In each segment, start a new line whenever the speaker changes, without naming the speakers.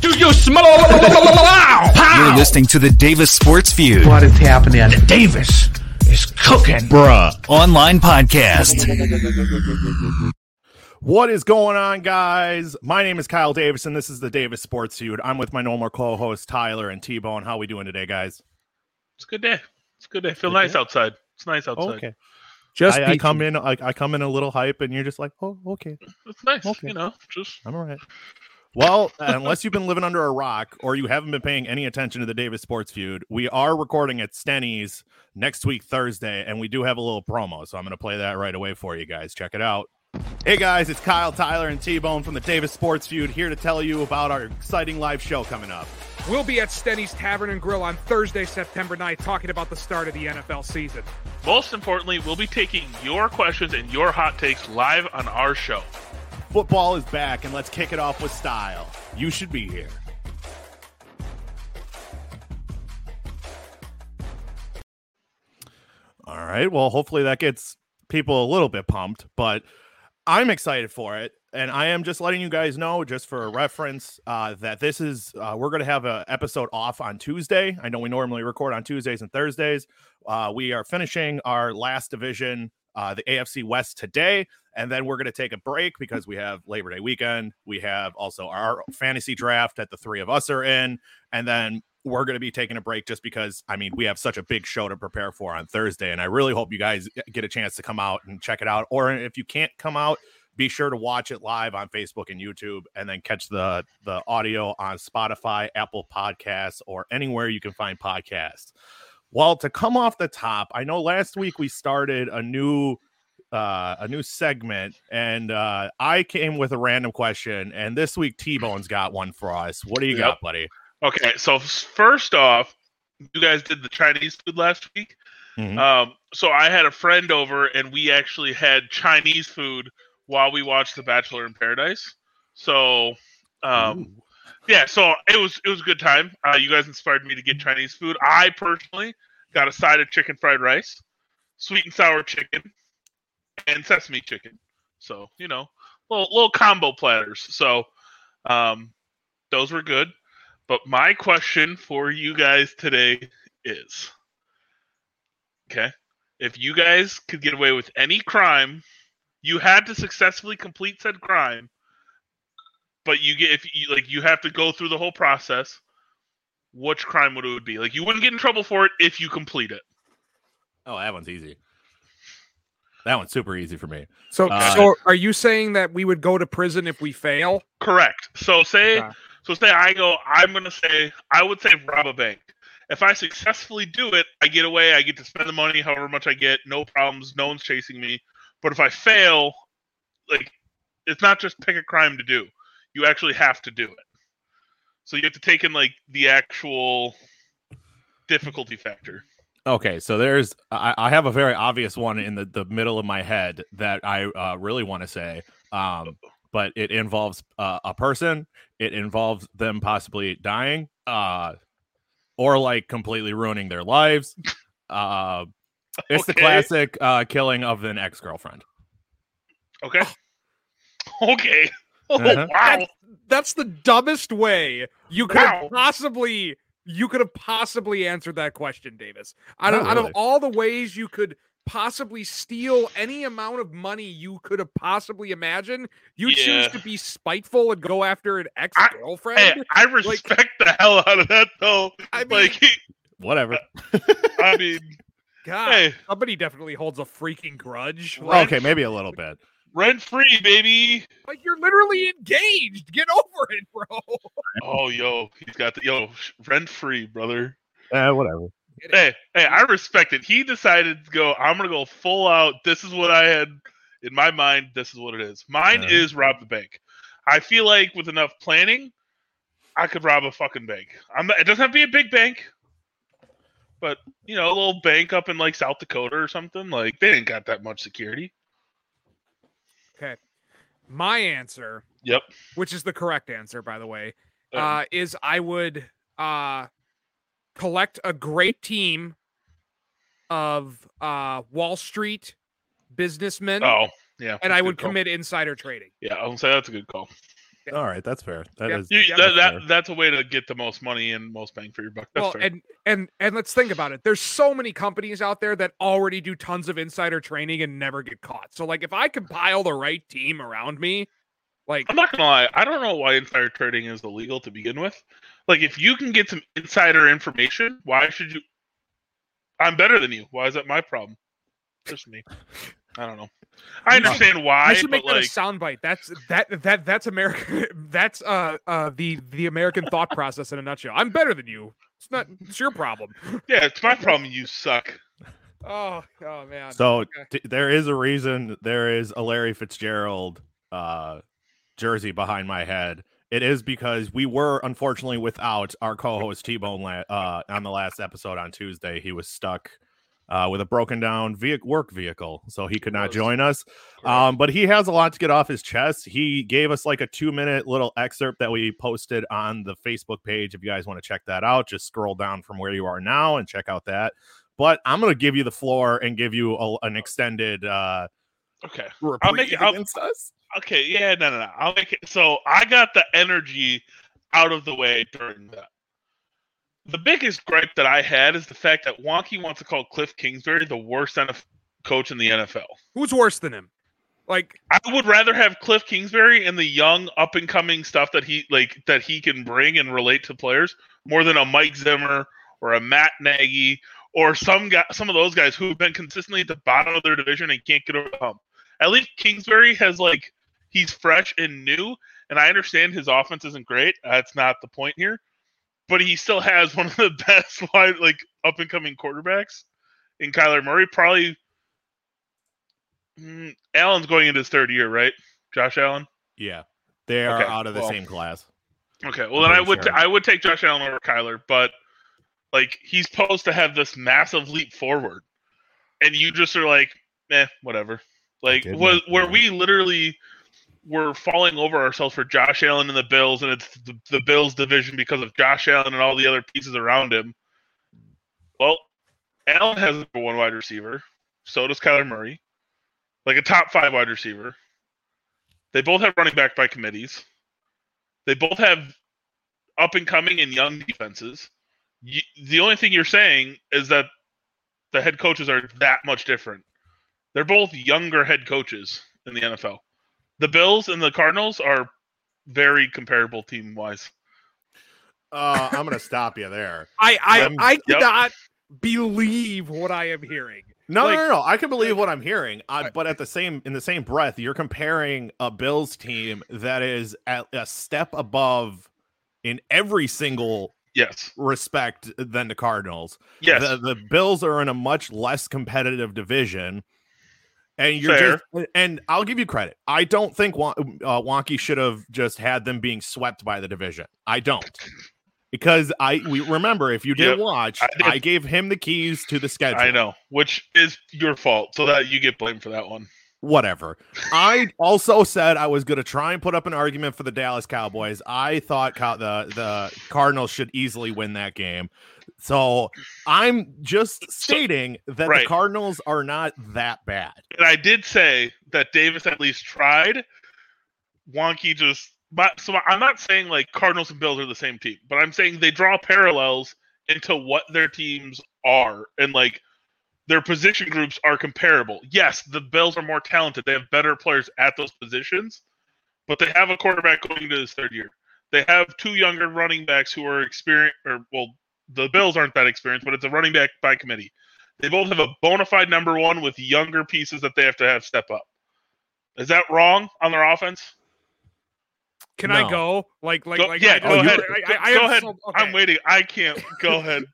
studio smell. You're
You're listening to the Davis Sports View
What is happening? Davis is cooking.
Bruh online podcast.
What is going on, guys? My name is Kyle Davis, and this is the Davis Sports Feud. I'm with my normal co-host Tyler and T-Bone. How we doing today, guys?
It's a good day. It's a good day. I feel
Good
nice
day.
outside. It's nice outside.
Okay.
Just
I, I
be-
come in, I, I come in a little hype, and you're just like, "Oh, okay,
It's nice.
Okay.
You know, just
I'm all right." Well, unless you've been living under a rock or you haven't been paying any attention to the Davis Sports Feud, we are recording at Stenny's next week Thursday, and we do have a little promo, so I'm going to play that right away for you guys. Check it out. Hey guys, it's Kyle Tyler and T-Bone from the Davis Sports Feud here to tell you about our exciting live show coming up.
We'll be at Stenny's Tavern and Grill on Thursday, September 9th, talking about the start of the NFL season.
most importantly, we'll be taking your questions and your hot takes live on our show.
Football is back, and let's kick it off with style. You should be here. All right. Well, hopefully that gets people a little bit pumped, but I'm excited for it. And I am just letting you guys know, just for a reference, uh, that this is uh, we're going to have an episode off on Tuesday. I know we normally record on Tuesdays and Thursdays. Uh, we are finishing our last division, uh, the AFC West today, and then we're going to take a break because we have Labor Day weekend. We have also our fantasy draft that the three of us are in, and then we're going to be taking a break just because I mean we have such a big show to prepare for on Thursday, and I really hope you guys get a chance to come out and check it out. Or if you can't come out, be sure to watch it live on Facebook and YouTube, and then catch the the audio on Spotify, Apple Podcasts, or anywhere you can find podcasts. Well, to come off the top, I know last week we started a new uh, a new segment, and uh, I came with a random question, and this week T Bone's got one for us. What do you got,
Yep.
buddy?
Okay, so s- first off, you guys did the Chinese food last week.
Mhm.
Um, so I had a friend over, and we actually had Chinese food while we watched The Bachelor in Paradise. So, um, yeah, so it was it was a good time. Uh, you guys inspired me to get Chinese food. I personally got a side of chicken fried rice, sweet and sour chicken, and sesame chicken. So you know, little little combo platters. So, um, those were good. But my question for you guys today is okay, if you guys could get away with any crime, you had to successfully complete said crime, but you get if you like you have to go through the whole process. Which crime would it be? Like you wouldn't get in trouble for it if you complete it.
Oh, that one's easy. That one's super easy for me.
So,
Uh,
so are you saying that we would go to prison if we fail?
Correct. So say
Okay.
so say I go I'm gonna say I would say rob a bank. If I successfully do it, I get away, I get to spend the money however much I get, no problems, no one's chasing me. But if I fail, like it's not just pick a crime to do. You actually have to do it. So you have to take in like the actual difficulty factor.
Okay, so there's I, I have a very obvious one in the, the middle of my head that I uh, really want to say, um, but it involves uh, a person. It involves them possibly dying, uh, or like completely ruining their lives. Uh, it's the
Okay.
classic uh, killing of an ex girlfriend.
Okay. Okay. Oh
Uh-huh.
wow.
That's the dumbest way you could have
Wow.
possibly you could have possibly answered that question, Davis. Out of,
Not
out of
really.
all the ways you could possibly steal any amount of money you could have possibly imagined, you choose
Yeah.
to be spiteful and go after an ex
Hey,
girlfriend.
I respect the hell out of that though.
I mean,
like
Whatever.
I mean
God,
hey.
somebody definitely holds a freaking grudge.
Rent-
okay, maybe a little bit.
Rent free, baby.
Like you're literally engaged. Get over it, bro.
Oh, yo, he's got the yo rent free, brother.
Uh, whatever.
Hey, hey, I respect it. He decided to go. I'm gonna go full out. This is what I had in my mind. This is what it is. Mine
Yeah.
is rob the bank. I feel like with enough planning, I could rob a fucking bank. I'm. Not, it doesn't have to be a big bank, but you know, a little bank up in like South Dakota or something. Like they didn't got that much security.
My answer,
Yep.
which is the correct answer, by the way,
Um,
uh, is I would uh, collect a great team of uh, Wall Street businessmen,
oh, yeah.
and I
good
would
call.
commit insider trading.
Yeah, I would say that's a good call.
All right, that's fair. That
Yeah.
is
You,
Yeah.
that, that,
fair.
that's a way to get the most money and most bang for your buck. That's
well,
fair.
and and and let's think about it. There's so many companies out there that already do tons of insider training and never get caught. So like if I compile the right team around me, like
I'm not gonna lie, I don't know why insider trading is illegal to begin with. Like, if you can get some insider information, why should you? I'm better than you. Why is that my problem? Just me. I don't know. I
You should-
understand why,
I should
but
make that
like,
a soundbite. That's that that that's American. That's uh uh the the American thought process in a nutshell. I'm better than you. It's not. It's your problem.
yeah, it's my problem. You suck.
Oh oh man.
So
Okay.
d- there is a reason there is a Larry Fitzgerald uh, jersey behind my head. It is because we were unfortunately without our co-host T Bone la- uh, on the last episode on Tuesday. He was stuck uh, with a broken down ve- work vehicle, so he could not
Gross.
join us. Um, but he has a lot to get off his chest. He gave us like a two minute little excerpt that we posted on the Facebook page. If you guys want to check that out, just scroll down from where you are now and check out that. But I'm going to give you the floor and give you a, an extended uh,
Okay.
reprieve
it- I'll-
against us.
Okay. Yeah. No. No. No. I'll make it. So I got the energy out of the way during that. The biggest gripe that I had is the fact that Wonky wants to call Cliff Kingsbury the worst NFL coach in the NFL.
Who's worse than him? Like
I would rather have Cliff Kingsbury and the young up and coming stuff that he like that he can bring and relate to players more than a Mike Zimmer or a Matt Nagy or some guy some of those guys who have been consistently at the bottom of their division and can't get over the hump. At least Kingsbury has like he's fresh and new, and I understand his offense isn't great. That's not the point here. But he still has one of the best wide like up and coming quarterbacks in Kyler Murray, probably Mm, Allen's going into his third year, right? Josh Allen.
Yeah, they are
Okay,
out of the
well.
same class.
Okay. Well, then I
pretty
would
sure.
I would take Josh Allen over Kyler, but like he's supposed to have this massive leap forward, and you just are like, eh, whatever. Like
did
was
make
where
that.
we literally were falling over ourselves for Josh Allen and the Bills, and it's the, the Bills division because of Josh Allen and all the other pieces around him. Well, Allen has a one wide receiver. So does Kyler Murray, like a top five wide receiver. They both have running back by committees. They both have up and coming and young defenses. You, the only thing you're saying is that the head coaches are that much different. They're both younger head coaches in the NFL. The Bills and the Cardinals are very comparable team wise.
Uh, I'm going to stop you there.
I I
Um,
I
yep.
cannot believe what I am hearing.
No,
Like-
no, no, no. I can believe what I'm hearing, uh, but at the same in the same breath, you're comparing a Bills team that is at a step above in every single
Yes.
respect than the Cardinals.
Yes.
The, the Bills are in a much less competitive division. And you're
Fair.
just, and I'll give you credit. I don't think Won- uh, Wonky should have just had them being swept by the division. I don't. Because I we remember if you did
Yep,
watch,
I did.
I gave him the keys to the schedule.
I know, which is your fault. So that you get blamed for that one.
whatever. I also said I was going to try and put up an argument for the Dallas Cowboys. I thought Cow- the the Cardinals should easily win that game. So I'm just stating that
right.
the Cardinals are not that bad.
and I did say that Davis at least tried. Wonky just, but so I'm not saying like Cardinals and Bills are the same team, but I'm saying they draw parallels into what their teams are and like their position groups are comparable. Yes, the Bills are more talented; they have better players at those positions, but they have a quarterback going into his third year. They have two younger running backs who are experienced, or well, the Bills aren't that experienced, but it's a running back by committee. They both have a bona fide number one with younger pieces that they have to have step up. Is that wrong on their offense?
Can
No.
I go? Like like
Go-
like
yeah,
I,
go
don't-
ahead.
I, I, I
Go
am
ahead.
so- okay.
I'm waiting. I can't. Go ahead.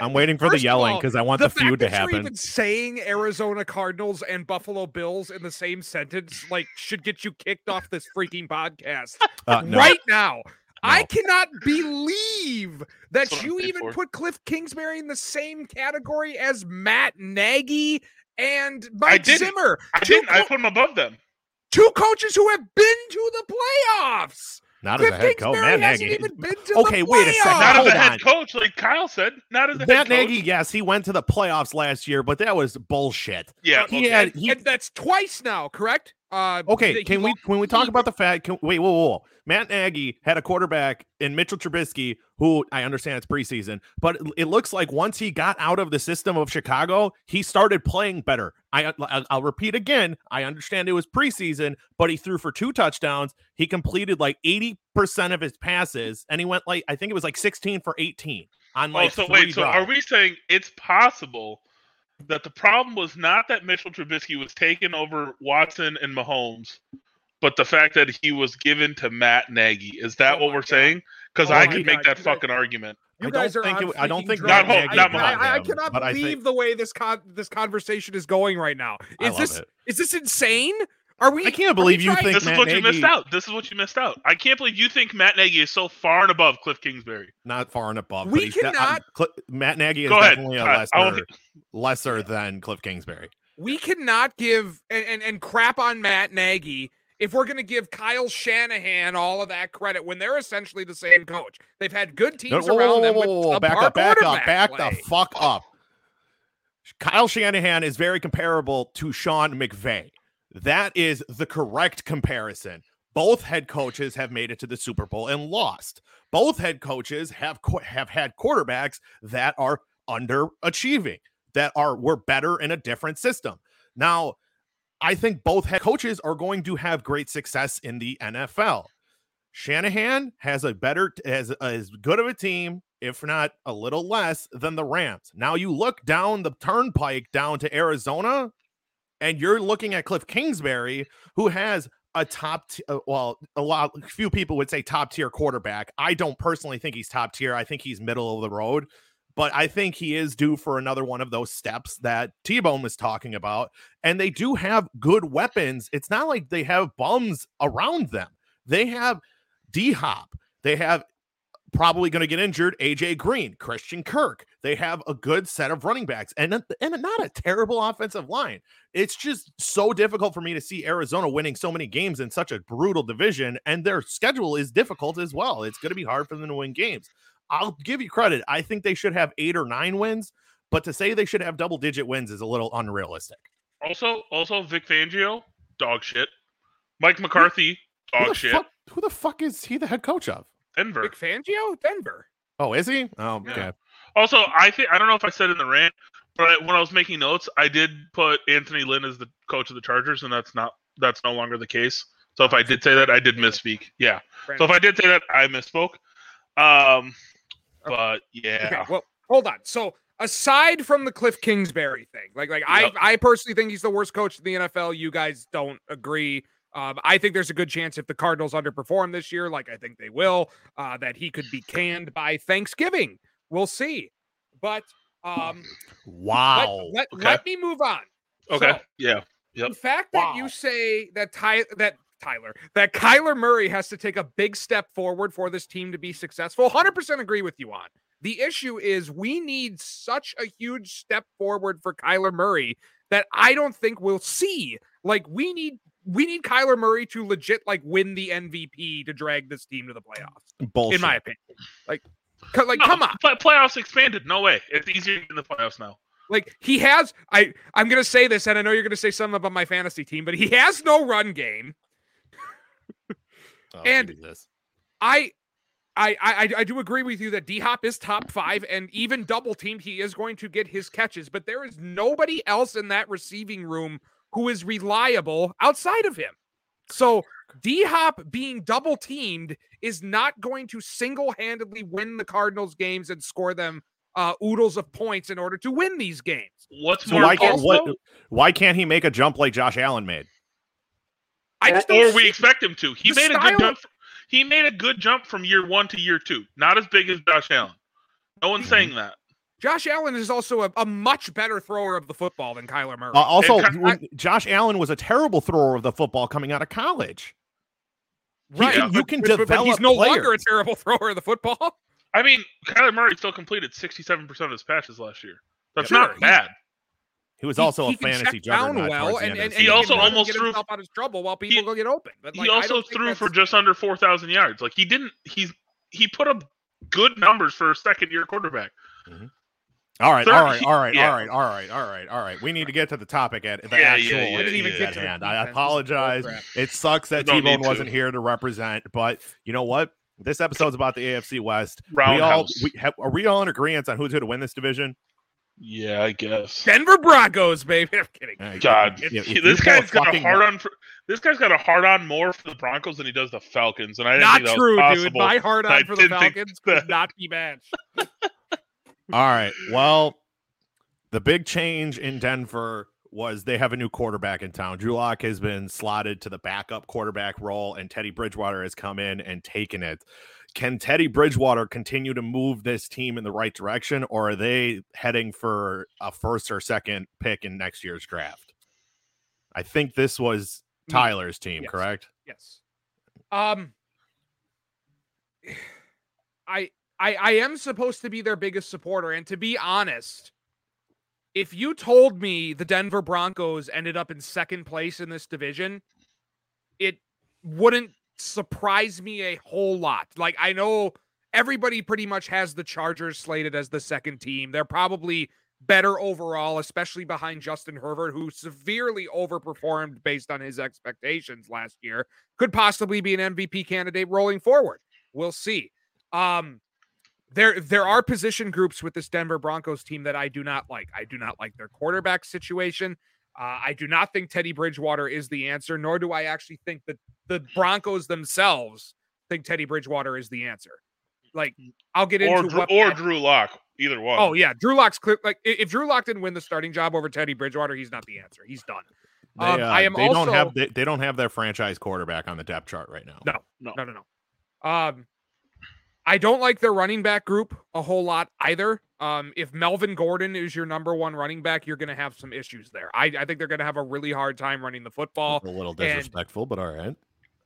I'm waiting for
Uh, First
the
of
yelling
all,
because I want the,
fact
feud to
that you're
happen.
even saying Arizona Cardinals and Buffalo Bills in the same sentence like should get you kicked off this freaking podcast
Uh, no,
right now. I
No.
cannot believe
That's what
that
I'm
you
paid
even
for.
put Cliff Kingsbury in the same category as Matt Nagy and Mike
didn't.
Zimmer,
I
Two
didn't. I
co-
put them above them.
two coaches who have been to the playoffs.
not as
Cliff
a head coach.
Kingsbury
Matt
hasn't
Nagy.
even been to
Okay,
the playoffs.
wait a second.
Not as
Hold
a head
on.
coach, like Kyle said. Not as a head
Matt
coach.
Nagy, yes, he went to the playoffs last year, but that was bullshit.
Yeah.
He
okay.
had he
and that's twice now, correct? Uh, that
Okay,
he
can we
lo-
when we talk
he-
about the fact? Can, wait, whoa, whoa, whoa. Matt Nagy had a quarterback in Mitchell Trubisky, who I understand it's preseason, but it- it looks like once he got out of the system of Chicago, he started playing better. I, I I'll repeat again. I understand it was preseason, but he threw for two touchdowns. He completed like eighty percent of his passes, and he went like I think it was like sixteen for eighteen on
Oh,
like.
so
three
wait, so are
drives.
we saying it's possible that the problem was not that Mitchell Trubisky was taken over Watson and Mahomes, but the fact that he was given to Matt Nagy? Is that
Oh
what
my
we're
God.
saying? Because
Oh
I
my
could make
God,
that
you guys-
fucking argument.
I
You
don't
guys are
think
on
it- I don't
freaking
think
drugs.
Not Mahomes,
I,
not
I- I- I
Mahomes,
cannot
but I
believe
think-
the way this con- this conversation is going right now.
I
Is
love
this is
it.
this insane? Are we?
I
are we
can't believe you
trying-
think
This
Matt
is what you
Nagy
missed out. This is what you missed out. I can't believe you think Matt Nagy is so far and above Cliff Kingsbury.
not far and above.
We
but he's de- I'm-
cannot-
Cl- Matt Nagy is
Go ahead, Uh,
definitely a
Todd. I
lesser,
want
lesser than Cliff Kingsbury.
We cannot give and, and, and crap on Matt Nagy if we're going to give Kyle Shanahan all of that credit when they're essentially the same coach. They've had good
No,
teams
whoa, whoa,
around
whoa,
them.
whoa,
With
whoa,
subpar
Oh, back up, back up,
quarterback
back the
play.
fuck up. Kyle Shanahan is very comparable to Sean McVay. That is the correct comparison. Both head coaches have made it to the Super Bowl and lost. Both head coaches have qu- have had quarterbacks that are underachieving, that are were better in a different system. Now, I think both head coaches are going to have great success in the NFL. Shanahan has a better, has as good of a team, if not a little less, than the Rams. Now you look down the turnpike down to Arizona, and you're looking at Cliff Kingsbury, who has a top, t- uh, well, a lot, few people would say top tier quarterback. I don't personally think he's top tier. I think he's middle of the road, but I think he is due for another one of those steps that T Bone was talking about. And they do have good weapons. It's not like they have bums around them. They have D Hop. They have probably going to get injured AJ Green, Christian Kirk. They have a good set of running backs and a- and not a terrible offensive line. It's just so difficult for me to see Arizona winning so many games in such a brutal division and their schedule is difficult as well. It's going to be hard for them to win games. I'll give you credit. I think they should have 8 or 9 wins, but to say they should have double digit wins is a little unrealistic.
Also, also Vic Fangio, dog shit. Mike McCarthy,
Who
dog
the,
Oh, shit.
fuck, who the fuck is he the head coach of?
Denver.
Vic Fangio, Denver.
Oh, is he? Oh,
Yeah.
okay.
Also, I think I don't know if I said in the rant, but I, when I was making notes, I did put Anthony Lynn as the coach of the Chargers, and that's not that's no longer the case. So if I did say that, I did misspeak. Yeah. So if I did say that, I misspoke. Um, but
Okay,
yeah,
well, hold on. So aside from the Cliff Kingsbury thing, like like
Yep.
I I personally think he's the worst coach in the NFL. You guys don't agree. Um, I think there's a good chance if the Cardinals underperform this year, like I think they will, uh, that he could be canned by Thanksgiving. We'll see. But um, let-
Wow.
let,
okay.
let me move on.
okay,
So,
yeah. Yep.
the fact that
Wow.
you say that Ty that Tyler that Kyler Murray has to take a big step forward for this team to be successful, 100% agree with you on. The issue is we need such a huge step forward for Kyler Murray that I don't think we'll see. Like we need we need Kyler Murray to legit like win the MVP to drag this team to the playoffs
Bullshit.
in my opinion. Like co- like
No,
come on.
play- playoffs expanded. No way. It's easier in the playoffs now.
Like he has, I I'm gonna say this, and I know you're gonna say something about my fantasy team, but he has no run game.
Oh,
And-
give me this.
I, I I I- I do agree with you that D Hop is top five, and even double teamed, he is going to get his catches. But there is nobody else in that receiving room who is reliable outside of him. So D Hop being double teamed is not going to single handedly win the Cardinals games and score them uh, oodles of points in order to win these games.
What's
So
more
why can't
also-
what? Why can't he make a jump like Josh Allen made?
I just don't
or
see
we expect him to. He
the
made a
style-
good jump. He made a good jump from year one to year two. Not as big as Josh Allen. No
Mm-hmm.
one's saying that.
Josh Allen is also a, a much better thrower of the football than Kyler Murray.
Uh, also,
And-
when- Josh Allen was a terrible thrower of the football coming out of college. He
right.
can- you can
But- but, but he's
develop
no longer a
players.
terrible thrower of the football.
I mean, Kyler Murray still completed 67% of his passes last year. That's
Sure,
not
he's-
bad.
He was
He-
also
he
a
can
fantasy
check down
juggernaut.
well,
towards the end
and, and,
of
and
the
He
season.
also
can really
almost
get
threw-
himself out of trouble while people go get open. But like,
he
I
also
don't think
threw for
that's-
just under 4,000 yards. Like he didn't. He's he put up good numbers for a second year quarterback.
All right,
Third-
all right, all right,
yeah.
all right, all right, all right, all right. We need to get to the topic at the
Yeah, yeah,
actual. I
yeah,
didn't even
yeah.
get to
Yeah.
hand.
Defense
I
is
apologize.
crap.
It sucks that
You don't
T
need
Bone wasn't
to.
here to represent, but you know what? This episode's about the AFC West. We all
Roundhouse.
we have, are we all in agreement on who's going to win this division?
yeah, I guess.
Denver Broncos, baby. I'm kidding.
Uh,
God,
if- if
he-
you
this
pull a
guy's got a
fucking-
hard on. For, this guy's got a hard on more for the Broncos than he does the Falcons, and I didn't
Not
think that
true,
was
dude.
possible.
My heart
I
on for the
didn't think
Falcons
that-
could not be matched.
All right. Well, the big change in Denver was they have a new quarterback in town. Drew Lock has been slotted to the backup quarterback role, and Teddy Bridgewater has come in and taken it. Can Teddy Bridgewater continue to move this team in the right direction, or are they heading for a first or second pick in next year's draft? I think this was
Me.
Tyler's team,
Yes.
correct?
Yes. Um I I I am supposed to be their biggest supporter and to be honest, if you told me the Denver Broncos ended up in second place in this division, it wouldn't surprise me a whole lot. Like I know everybody pretty much has the Chargers slated as the second team. They're probably better overall, especially behind Justin Herbert, who severely overperformed based on his expectations last year. Could possibly be an MVP candidate rolling forward. We'll see. Um, there there are position groups with this Denver Broncos team that I do not like. I do not like their quarterback situation. Uh, I do not think Teddy Bridgewater is the answer, nor do I actually think that the Broncos themselves think Teddy Bridgewater is the answer. Like I'll get
or
into
Drew,
what
or
I-
Drew Lock, either one.
Oh yeah, Drew Lock's clear. Like i- if Drew Lock didn't win the starting job over Teddy Bridgewater, he's not the answer. He's done.
They,
Um,
uh,
I am
they
also
don't have they, they don't have their franchise quarterback on the depth chart right now.
No. no, no, no. Um, I don't like their running back group a whole lot either. Um, if Melvin Gordon is your number one running back, you're going to have some issues there. I, I think they're going to have a really hard time running the football.
A little
and-
disrespectful, but all right.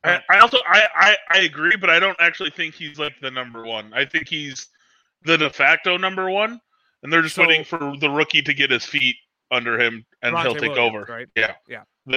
I, I also I, I I agree, but I don't actually think he's like the number one. I think he's the de facto number one, and they're just
So-
waiting for the rookie to get his feet under him, and he'll
Javonte
take
Williams,
over.
Right?
The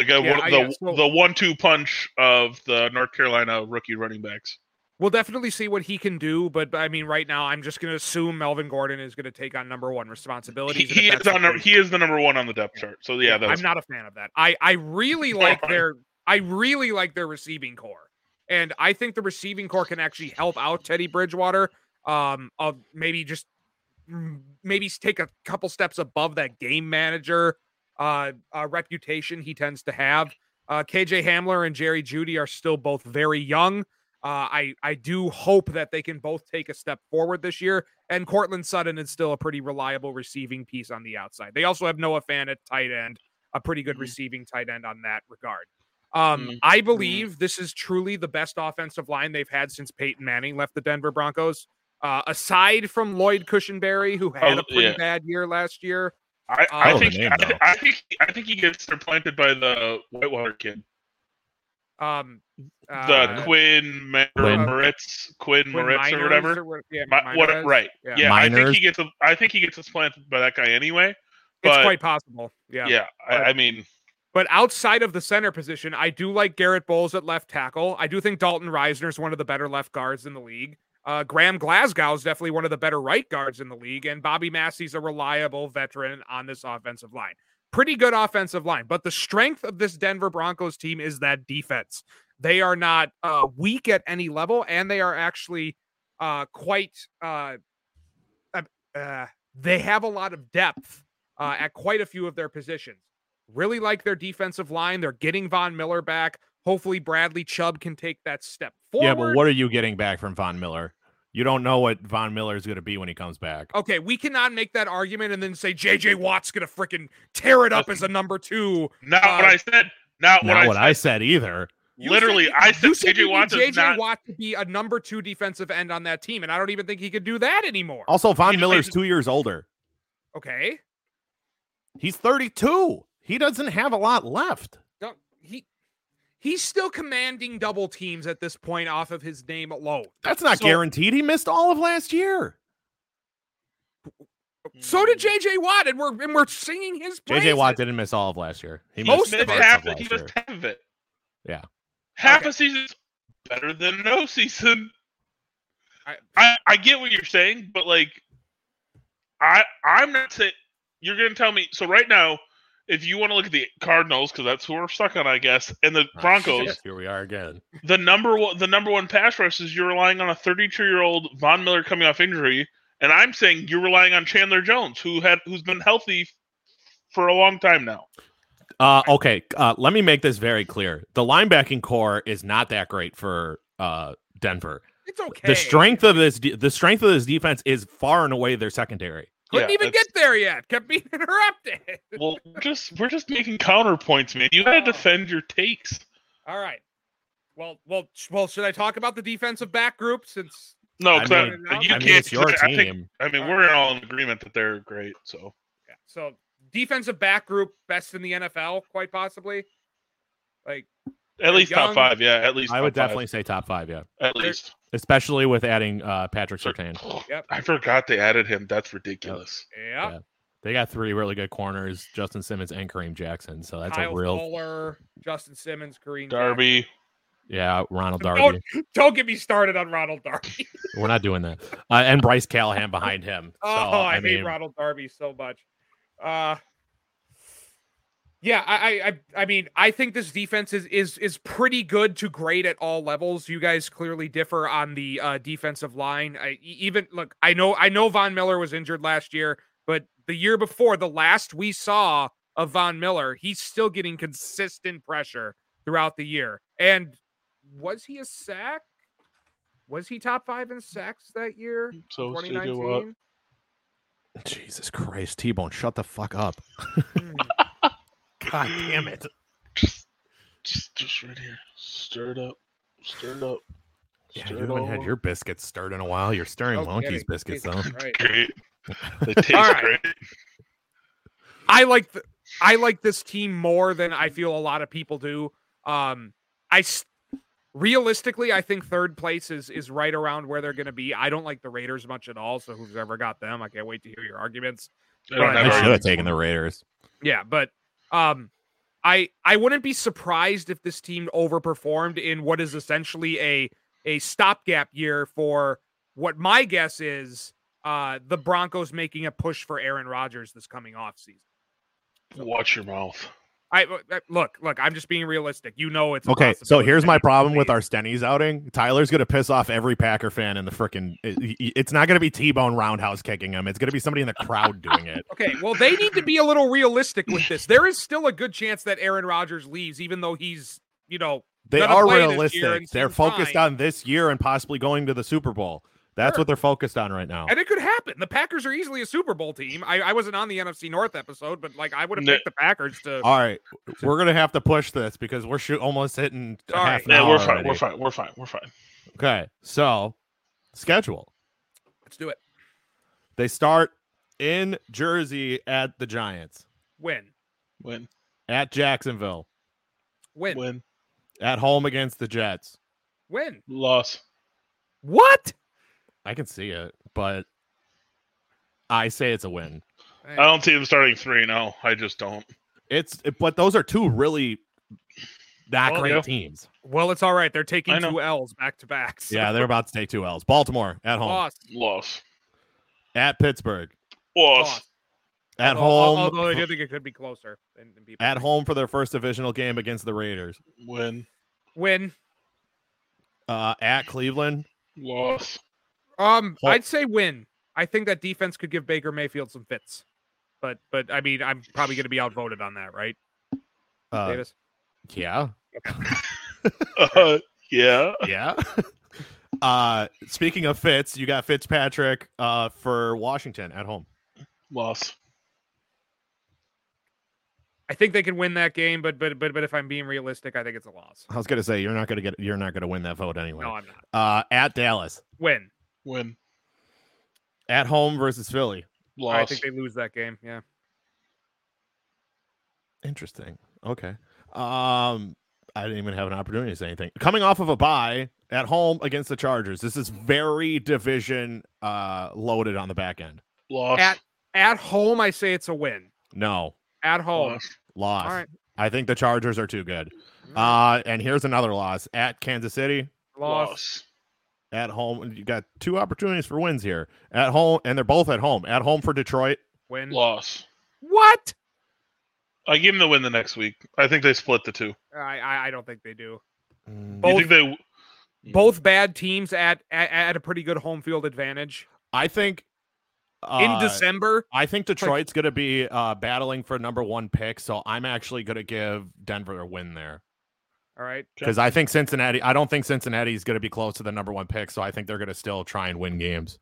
guy,
Yeah,
one-
I-
the,
yeah, so-
the one-two punch of the North Carolina rookie running backs.
We'll definitely see what he can do, but I mean, right now, I'm just going to assume Melvin Gordon is going to take on number one
He,
responsibilities. and if
he
that's
is
the
on. num-
case-
He is the number one on the depth chart. So yeah, that's
I'm not a fan of that. I I really like
Alright.
their I really like their receiving core, and I think the receiving core can actually help out Teddy Bridgewater. Um, of maybe just mm, maybe s- take a couple steps above that game manager uh, uh reputation he tends to have. Uh, KJ Hamler and Jerry Judy are still both very young. Uh, I I do hope that they can both take a step forward this year. And Cortland Sutton is still a pretty reliable receiving piece on the outside. They also have Noah Fan at tight end, a pretty good
Mhm.
receiving tight end on that regard. Um,
Mhm.
I believe this is truly the best offensive line they've had since Peyton Manning left the Denver Broncos. Uh, aside from Lloyd Cushenberry, who had
Oh,
a pretty
yeah.
bad year last year,
I, I
Oh,
think
the name,
I, th-
though.
I think I think he gets supplanted by the Whitewater kid,
um, uh,
the Quinn Mer-
Quinn.
Moritz, Quinn
Quinn
Moritz or
Miners
whatever.
what- yeah,
Mi- what,
Miners.
right?
Yeah.
Yeah, I think
Miners.
he gets. A, I think he gets supplanted by that guy anyway.
It's
But-
quite possible. Yeah.
Yeah, I, I mean,
But outside of the center position, I do like Garrett Bowles at left tackle. I do think Dalton Reisner is one of the better left guards in the league. Uh, Graham Glasgow is definitely one of the better right guards in the league, and Bobby Massey's a reliable veteran on this offensive line. Pretty good offensive line, but the strength of this Denver Broncos team is that defense. They are not uh, weak at any level, and they are actually uh, quite. Uh, uh, uh, they have a lot of depth uh, at quite a few of their positions. Really like their defensive line. They're getting Von Miller back. Hopefully, Bradley Chubb can take that step forward.
Yeah, but what are you getting back from Von Miller? You don't know what Von Miller is going to be when he comes back.
Okay, we cannot make that argument and then say JJ Watt's gonna freaking tear it up as a number two.
not
Uh,
what I said.
Not
Not, what
what I
I said.
said either.
You said
Literally,
you-
I said
you said you
JJ
need
Watt does
JJ
not-
Watt to be a number two defensive end on that team, and I don't even think he could do that anymore.
Also, Von
He just
Miller's
made-
two years older.
Okay,
He's 32. He doesn't have a lot left.
Don't- he he's still commanding double teams at this point off of his name alone.
That's not
So-
guaranteed. He missed all of last year.
So
Hmm.
did JJ Watt, and we're and we're singing his praises.
JJ Watt didn't miss all of last year. He
He
missed
missed
parts
half.
of last
He
year. Ah,
missed half of it.
Yeah.
half
Okay.
a season's better than no season.
I-
I, I get what you're saying, but like, I I'm not saying you're going to tell me. So right now, if you want to look at the Cardinals, because that's who we're stuck on, I guess, and the
Oh,
Broncos,
shit. Here we are again.
the number one the number one pass rush is you're relying on a 32 year old Von Miller coming off injury, and I'm saying you're relying on Chandler Jones, who had who's been healthy for a long time now.
Uh, okay, uh, let me make this very clear. The linebacking core is not that great for uh, Denver.
It's okay.
The strength of this de- the strength of this defense is far and away their secondary.
couldn't
Yeah,
even
it's-
get there yet. Kept being interrupted.
Well, we're just we're just making counterpoints, man. You got
Oh.
to defend your takes.
All right. Well, well, sh- well. Should I talk about the defensive back group since?
No,
I
'cause I
mean-
you
I mean,
can't.
it's your
I think
team.
I mean, we're all in agreement that they're great. So
Yeah. So defensive back group, best in the NFL, quite possibly. Like
at least top
young.
five, yeah. At least
I
top
would
five,
definitely say top five, yeah,
At least
especially with adding uh, Patrick Sertan.
Yep.
I forgot they added him. That's ridiculous.
yeah,
Yeah, They got three really good corners: Justin Simmons and Kareem Jackson. So that's
Kyle
a real,
Fuller, Justin Simmons, Kareem
Darby,
yeah, Ronald
Don't-
Darby.
Jackson. Don't get me started on Ronald Darby.
We're not doing that. Uh, and Bryce Callahan behind him.
Oh,
So,
I, hate
mean,
Ronald Darby so much. Uh yeah, I, I- I I mean, I think this defense is is is pretty good to great at all levels. You guys clearly differ on the uh, defensive line. I e- even look, I know I know Von Miller was injured last year, but the year before, the last we saw of Von Miller, he's still getting consistent pressure throughout the year. And was he a sack? Was he top five in sacks that year?
So say do what?
2019?
Jesus Christ, T Bone, shut the fuck up. God damn it.
Just, just, just right here. Stir it up. Stir it up.
Yeah,
Stir
you
it
haven't
all
had
up.
your biscuits stirred in a while. You're stirring
No
Monkey's
kidding.
biscuits, though.
Jesus Christ.
great. They taste
right.
great.
I like th- I like this team more than I feel a lot of people do. Um, I s- realistically, I think third place is is right around where they're going to be. I don't like the Raiders much at all, so who's ever got them, I can't wait to hear your arguments.
I don't
Right.
have
I
our-
should
taken the Raiders.
Yeah, but um, I I wouldn't be surprised if this team overperformed in what is essentially a a stopgap year for what my guess is uh the Broncos making a push for Aaron Rodgers this coming off season.
Watch your mouth.
I I- look, look. I'm just being realistic. You know it's a
Okay, so here's my
possibility.
problem with our Stenny's outing. Tyler's going to piss off every Packer fan in the frickin' it- it- it's not going to be T Bone Roundhouse kicking him. It's going to be somebody in the crowd doing it.
Okay, well, they need to be a little realistic with this. There is still a good chance that Aaron Rodgers leaves, even though he's, you know,
They
Gonna
are
play this
realistic.
year and
They're
seems
focused
fine.
on this year and possibly going to the Super Bowl. That's
Sure.
what they're focused on right now.
and it could happen. The Packers are easily a Super Bowl team. I, I wasn't on the NFC North episode, but like I would have
No.
picked the Packers to.
All right, we're gonna have to push this because we're shoot almost hitting a
All
half
right.
an
Yeah,
hour
we're fine.
already.
We're fine. We're fine. We're fine.
Okay, so schedule.
Let's do it.
They start in Jersey at the Giants,
Win,
Win.
at Jacksonville,
win, win.
Win.
at home against the Jets.
Loss.
What?
I can see it, but I say it's a win.
Eh,
I don't see them starting three. No, I just don't.
It's but those are two really not
Well,
great
yeah.
teams.
Well, it's all right. They're taking
I know.
two L's back to back. so-
Yeah, they're about to take two L's. Baltimore at home,
loss,
Loss.
at Pittsburgh,
Loss.
loss.
at
Although-
home,
Although I do think it could be closer than, than people
at
think.
home for their first divisional game against the Raiders.
Win.
Win.
Uh, at Cleveland,
Loss.
Um,
Hol-
I'd say win. I think that defense could give Baker Mayfield some fits, but but I mean I'm probably going to be outvoted on that, right,
uh,
Davis?
yeah,
Uh, yeah.
yeah. uh, speaking of Fitz, you got Fitzpatrick uh, for Washington at home.
Loss.
I think they can win that game, but but but but if I'm being realistic, I think it's a loss.
I was gonna say you're not gonna get you're not gonna win that vote anyway.
No, I'm
Uh,
not.
at Dallas,
Win.
Win.
at home versus Philly.
Loss.
I think they lose that game. Yeah.
Interesting. Okay. Um, I didn't even have an opportunity to say anything. Coming off of a bye at home against the Chargers, this is very division uh loaded on the back end.
Loss.
At at home, I say it's a win.
No
At home.
Loss.
loss.
All right.
I think the Chargers are too good.
Mm,
Uh, and here's another loss at Kansas City.
loss.
Loss.
at home. You got two opportunities for wins here at home, and they're both at home. At home for Detroit.
Win.
Loss.
What?
I give them the win the next week. I think they split the two.
I, I I don't think they do.
You
Both-
think they?
Both bad teams at at, at a pretty good home field advantage
I think
in
uh,
December.
I think Detroit's going to be uh, battling for number one pick, so I'm actually going to give Denver a win there
All right.
because I think Cincinnati. I don't think Cincinnati's going to be close to the number one pick, so I think they're going to still try and win games.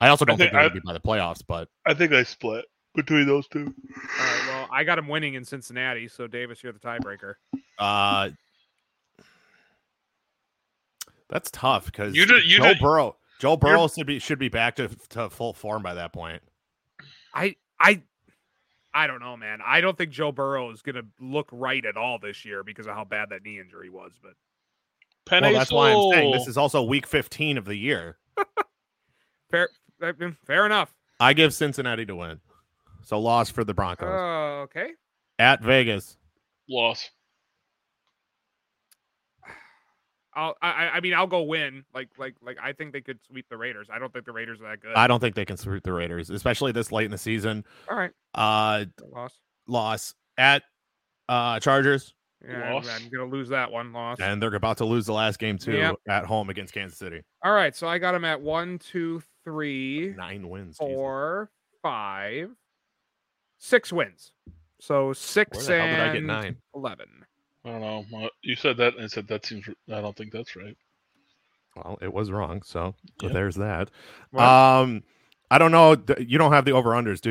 I also don't
Okay,
think they're
I-
going to be by the playoffs, but
I think they split between those two.
All right. Well, I got them winning in Cincinnati, so Davis, you're the tiebreaker.
uh, that's tough because
You did- you
Joe
did-
Burrow. Joe Burrow should be should be back to, to full form by that point.
I I I don't know, man. I don't think Joe Burrow is gonna look right at all this year because of how bad that knee injury was. But
Penn
well, that's why I'm saying this
Ace-
is also week 15 of the year.
fair, I mean, fair enough.
I give Cincinnati to win, so loss for the Broncos.
Uh, okay.
at Vegas.
loss.
I'll, I, I- I mean, I'll go win. Like, like, like. I think they could sweep the Raiders. I don't think the Raiders are that good.
I don't think they can sweep the Raiders, especially this late in the season.
All right,
Uh,
loss.
loss at uh Chargers,
Yeah, I'm-
Loss.
I'm gonna lose that one. Loss.
and they're about to lose the last game too
Yep.
at home against Kansas City.
All right, so I got him at one, two, three,
Nine wins. Jesus.
four, five, six wins. So six
Where the hell
and
did I get nine?
eleven.
I don't know. Uh, You said that, and I said that seems. I don't think that's right.
Well, it was wrong. So
Yep.
there's that.
Well-
Um, I don't know. d- You don't have the over unders, do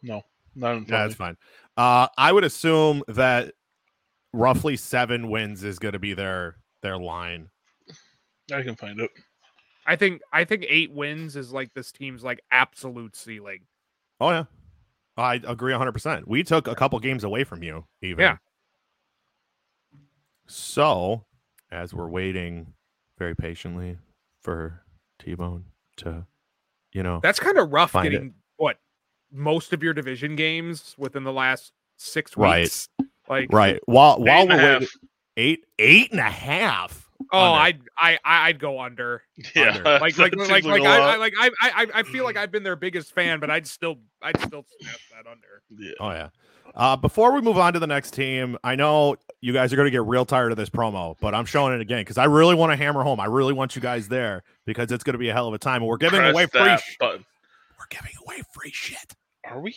you?
Not in
Yeah,
front
that's
of
fine. Uh, I would assume that roughly seven wins is going to be their their line.
me. I can find it.
I think I think eight wins is like this team's like absolute ceiling.
Oh yeah, I agree 100. percent We took a couple games away from you, even.
Yeah.
So, as we're waiting very patiently for T Bone to, you know,
That's kind of rough
Find it.
getting what most of your division games within the last six
Right.
weeks. Like
right while
Eight
while
and a
we're
half.
waiting, eight eight and a half.
Oh,
Under.
I'd I I- I'd go under.
Yeah,
Under.
Like
that
like
seems
like
a
like I,
lot.
I like I, I I feel like I've been their biggest fan, but I'd still I'd still snap that under.
Yeah.
Oh yeah. Uh, before we move on to the next team, I know you guys are going to get real tired of this promo, but I'm showing it again because I really want to hammer home. I really want you guys there because it's going to be a hell of a time. And we're giving
Press
away free.
that
Sh-
button.
we're giving away free shit.
Are we?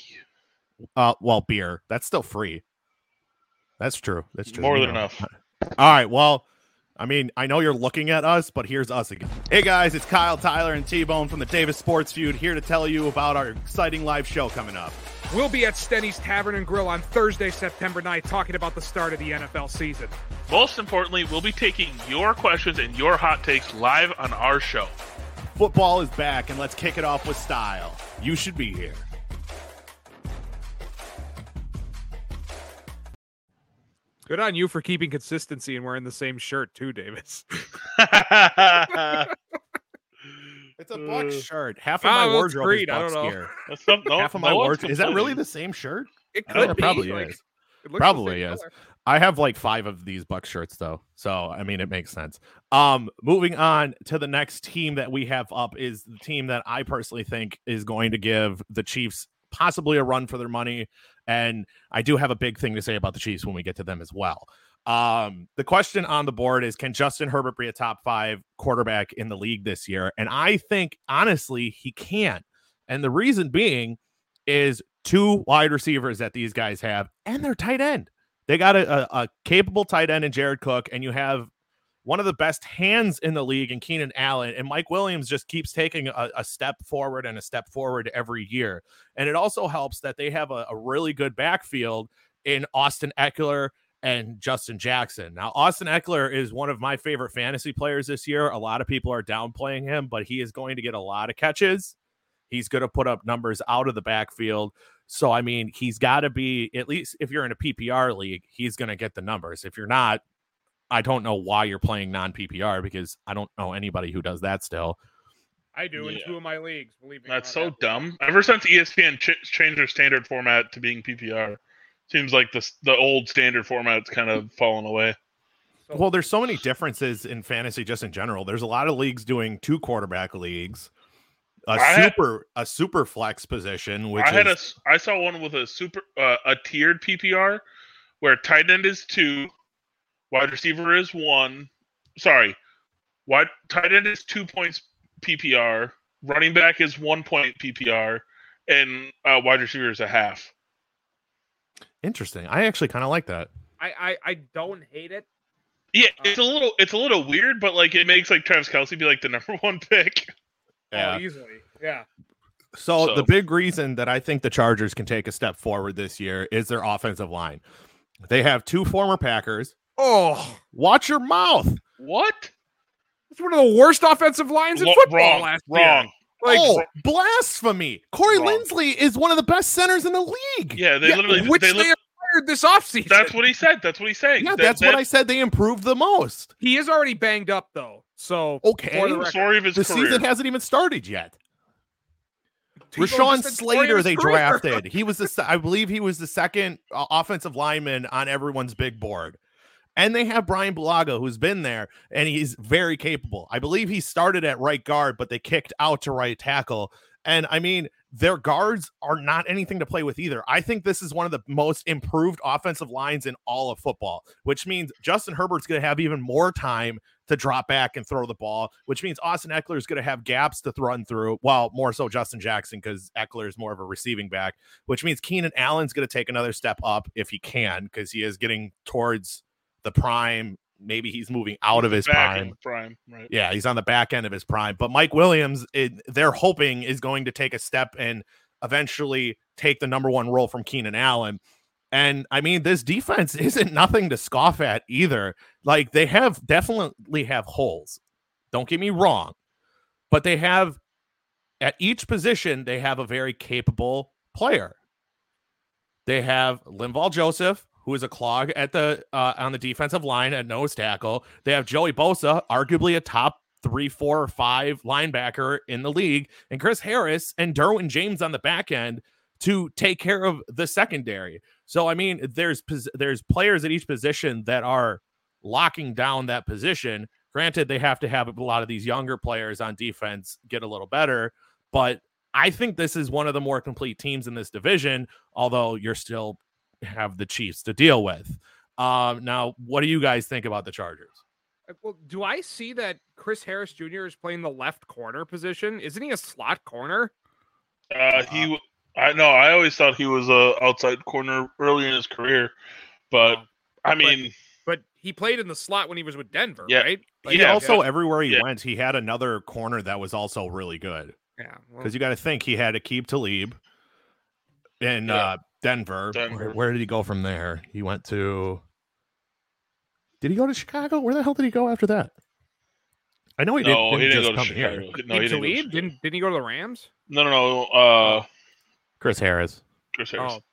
Uh, well, beer. That's still free. That's true. That's true.
More
You
than
know.
enough.
All right. Well, I mean, I know you're looking at us, but here's us again.
Hey guys, it's Kyle Tyler and T Bone from the Davis Sports Feud here to tell you about our exciting live show coming up.
We'll be at Stenny's Tavern and Grill on Thursday, September 9th, talking about the start of the NFL season.
Most importantly, we'll be taking your questions and your hot takes live on our show.
Football is back, and let's kick it off with style.
You should be here.
Good on you for keeping consistency and wearing the same shirt too, Davis.
That's
It's a
Uh,
Buck shirt. Half of my
Ah, well, it's
wardrobe
Creed,
is
I
Bucks
don't know. Oh,
gear.
not, no,
Half of my
no one's
wardrobe. Is that really
complaining.
the same shirt?
It
I don't
could
know, Uh, probably
be. like,
is.
it looks the
Probably
same
is.
color.
I have like five of these buck shirts though. So I mean it makes sense. Um moving on to the next team that we have up is the team that I personally think is going to give the Chiefs possibly a run for their money. And I do have a big thing to say about the Chiefs when we get to them as well. Um, the question on the board is can Justin Herbert be a top five quarterback in the league this year? And I think honestly he can. And the reason being is two wide receivers that these guys have and their tight end. They got a, a, a capable tight end in Jared Cook, and you have one of the best hands in the league in Keenan Allen. And Mike Williams just keeps taking a, a step forward and a step forward every year. And it also helps that they have a, a really good backfield in Austin Eckler and Justin Jackson. Now, Austin Eckler is one of my favorite fantasy players this year. A lot of people are downplaying him, but he is going to get a lot of catches. He's going to put up numbers out of the backfield. So I mean, he's got to be at least if you're in a PPR league, he's going to get the numbers. If you're not, I don't know why you're playing non PPR because I don't know anybody who does that still.
I do in
Yeah.
two of my leagues. Believe me. or
That's
not.
so dumb. Ever since E ESPN ch- changed their standard format to being PPR, seems like the the old standard format's kind of fallen away.
So
Well, there's so many differences in fantasy just in general. There's a lot of leagues doing two quarterback leagues, a
I had-
super a super flex position, which
I had a
is
s- I saw one with a super uh, a tiered PPR where tight end is two, wide receiver is one. Sorry, wide tight end is two points PPR, running back is one point PPR, and uh, wide receiver is a half.
interesting. I actually kind of like that.
I, I I don't hate it.
Yeah,
Uh.
it's a little it's a little weird, but like it makes like Travis Kelsey be like the number one pick.
Yeah.
Oh, easily. Yeah.
So,
So-
the big reason that I think the Chargers can take a step forward this year is their offensive line. They have two former Packers.
Oh,
Watch your mouth.
What?
it's one of the worst offensive lines in
Lo-
football
wrong,
last year.
wrong.
Like,
oh, blasphemy. Corey
Wrong.
Lindsley is one of the best centers in the league.
Yeah, they
yeah,
literally
which
they
they,
lit-
acquired this offseason.
that's what he said. That's what he's saying.
Yeah,
That-
that's what
that-
I said they improved the most.
he is already banged up though. So
Okay.
For the
the
record.
story of his
The
career.
season hasn't even started yet.
Tebow
Rashawn
just said story of
Slater
his
they
career.
drafted. He was the se- I believe he was the second uh, offensive lineman on everyone's big board. And they have Brian Bulaga who's been there and he's very capable. I believe he started at right guard but they kicked out to right tackle. And I mean, their guards are not anything to play with either. I think this is one of the most improved offensive lines in all of football, which means Justin Herbert's going to have even more time to drop back and throw the ball, which means Austin Eckler is going to have gaps to run through. Well, more so Justin Jackson because Eckler is more of a receiving back, which means Keenan Allen's going to take another step up if he can because he is getting towards the prime. Maybe he's moving out of his
Back
prime.
in prime, right?
Yeah, he's on the back end of his prime. But Mike Williams, it, they're hoping is going to take a step and eventually take the number one role from Keenan Allen. And I mean, this defense isn't nothing to scoff at either. Like they have definitely have holes. Don't get me wrong, but they have at each position they have a very capable player. They have Linval Joseph, who is a clog at the uh, on the defensive line at nose tackle. They have Joey Bosa, arguably a top three, four, or five linebacker in the league, and Chris Harris and Derwin James on the back end to take care of the secondary. So I mean, there's pos- there's players at each position that are locking down that position. Granted, they have to have a lot of these younger players on defense get a little better, but I think this is one of the more complete teams in this division although you're still have the Chiefs to deal with. Um, now, what do you guys think about the Chargers?
Well, do I see that Chris Harris Jr. is playing the left corner position? Isn't he a slot corner?
Uh, he,
Uh-huh.
w- I know. I always thought he was a outside corner early in his career, but
Wow.
I mean,
But he played in the slot when he was with Denver,
Yeah.
right? Like,
He
Yeah,
also, everywhere he
yeah.
went, he had another corner that was also really good
yeah.
Mm.
well,
because you got to think he had Akib Talib in
Yeah.
uh, Denver. Where-
Denver.
Where, did he go from there? He went to. Did he go to Chicago? Where the hell did he go after that? I know he did-
no,
didn't,
he didn't
just
go to
come
Chicago.
here.
No, he
did
didn't. Go to
Talib?
Chicago.
Didn't didn't he go to the Rams?
No, no, no. Uh,
Chris Harris.
Chris Harris.
Oh.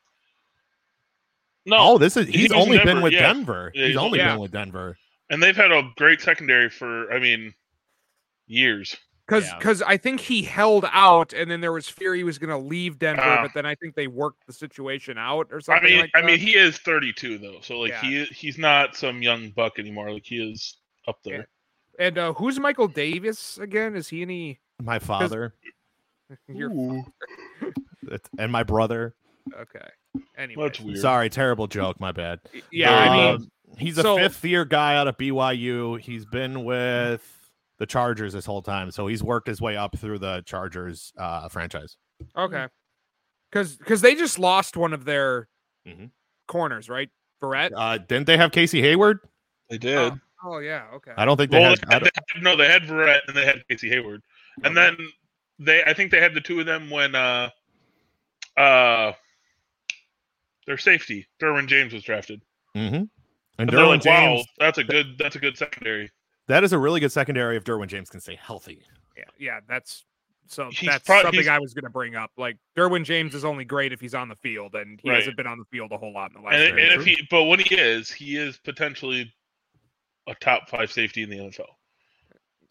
No,
Oh, this is
he
he's
was in
only been
Denver,
with
yeah.
Denver.
Yeah,
he's
he's-
only
yeah.
been with Denver.
and they've had a great secondary for, I mean, years.
Because
Yeah.
I think he held out, and then there was fear he was going to leave Denver,
Ah.
but then I think they worked the situation out or
I
something.
mean,
like
I mean,
that.
he is 32 though, so like
Yeah.
he he's not some young buck anymore. Like he is up there.
Yeah. and uh, who's Michael Davis again? Is he any?
my father
Your,
that's- and my brother.
okay. Anyway,
That's weird.
Sorry, terrible joke. My bad.
yeah. I mean,
Um, he's a
so-
fifth year guy out of BYU. He's been with the Chargers this whole time, so he's worked his way up through the Chargers uh, franchise.
Okay. Cause because they just lost one of their
Mm-hmm.
Mhm.
corners, right? Barrett.
Uh, didn't they have Casey Hayward?
They did.
Oh yeah, okay.
I don't think they
Well,
had.
they
I
had,
don't-
they had- no, they had Verrett and they had Casey Hayward, and then they I think they had the two of them when uh uh their safety Derwin James was drafted.
Mhm. And
And they're
Derwin
like,
James.
wow, that's a good that's a good secondary.
That is a really good secondary if Derwin James can stay healthy.
Yeah, yeah, that's so
He's
that's
prob-
something
he's-
I was gonna bring up. Like Derwin James is only great if he's on the field, and he
Right.
hasn't been on the field a whole lot in the last
And,
year.
and if he but when he is, he is potentially a top five safety in the NFL.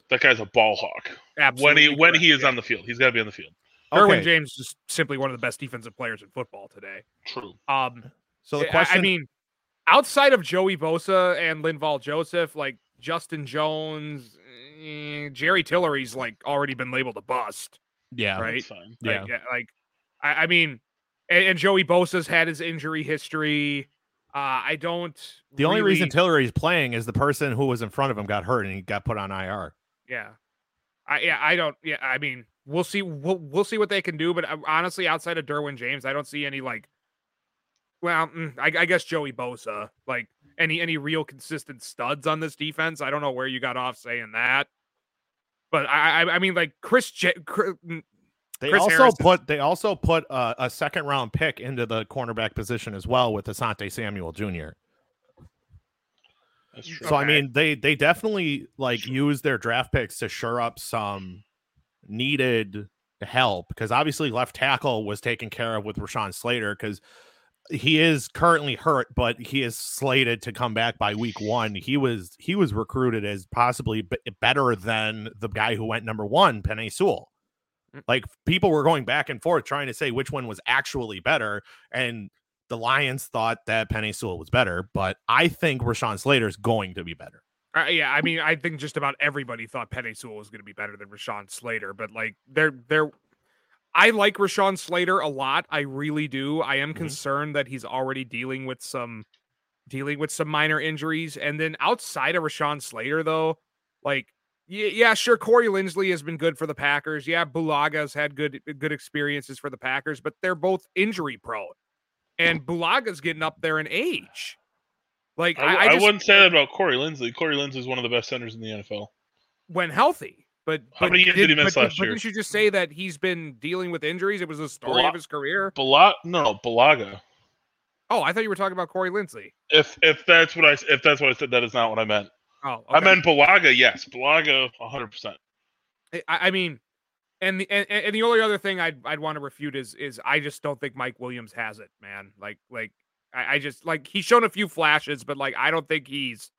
That guy's a ball hawk. When he
Absolutely
when
correct,
he is
yeah.
on the field, he's got to be on the field.
Derwin
Okay.
James is simply one of the best defensive players in football today.
True.
Um
So the
I-
question,
I mean outside of Joey Bosa and Linval Joseph, like Justin Jones, eh, Jerry Tillery's like already been labeled a bust,
Yeah.
right?
That's fine.
Yeah.
Like, like I, I mean, and, and Joey Bosa's had his injury history. Uh, I don't.
The only
really-
reason Tillery's playing is the person who was in front of him got hurt and he got put on IR.
yeah, I yeah I don't yeah I mean we'll see we'll we'll see what they can do, but uh, honestly, outside of Derwin James, I don't see any like. Well, mm, I, I guess Joey Bosa, like any any real consistent studs on this defense. I don't know where you got off saying that, but I I, I mean like Chris, mm, J- Chris
They
Chris
also
Harrison.
put they also put uh, a, a second round pick into the cornerback position as well with Asante Samuel Jr.
That's true.
So I mean they they definitely like use their draft picks to shore up some needed help because obviously left tackle was taken care of with Rashawn Slater because he is currently hurt, but he is slated to come back by week one. He was he was recruited as possibly b- better than the guy who went number one, Penny Sewell. Like people were going back and forth trying to say which one was actually better, and the Lions thought that Penny Sewell was better, but I think Rashawn Slater is going to be better.
Uh, yeah, I mean, I think just about everybody thought Penny Sewell was going to be better than Rashawn Slater, but like, they're they're. I like Rashawn Slater a lot. I really do. I am
Mm-hmm.
Mhm.
concerned that he's already dealing with some, dealing with some minor injuries, and then outside of Rashawn Slater, though, like, yeah, yeah, sure, Corey Lindsley has been good for the Packers. Yeah, Bulaga's had good good experiences for the Packers, but they're both injury prone, and Bulaga's getting up there in age. Like,
I,
I, I
I
just-
wouldn't say that about Corey Lindsley. Corey Lindsley is one of the best centers in the NFL.
when healthy. But
How
but
many years did he miss
but,
last
but
year?
Didn't you just say that he's been dealing with injuries? It was the story
lot.
of his career.
Bala, no, Balaga.
Oh, I thought you were talking about Corey Lindsey.
If if that's what I if that's what I said, that is not what I meant.
Oh,
I
okay.
meant Balaga. Yes, Balaga, one hundred percent.
I, I mean, and the and, and the only other thing I'd I'd want to refute is is I just don't think Mike Williams has it, man. Like like I, I just like he's shown a few flashes, but like I don't think he's.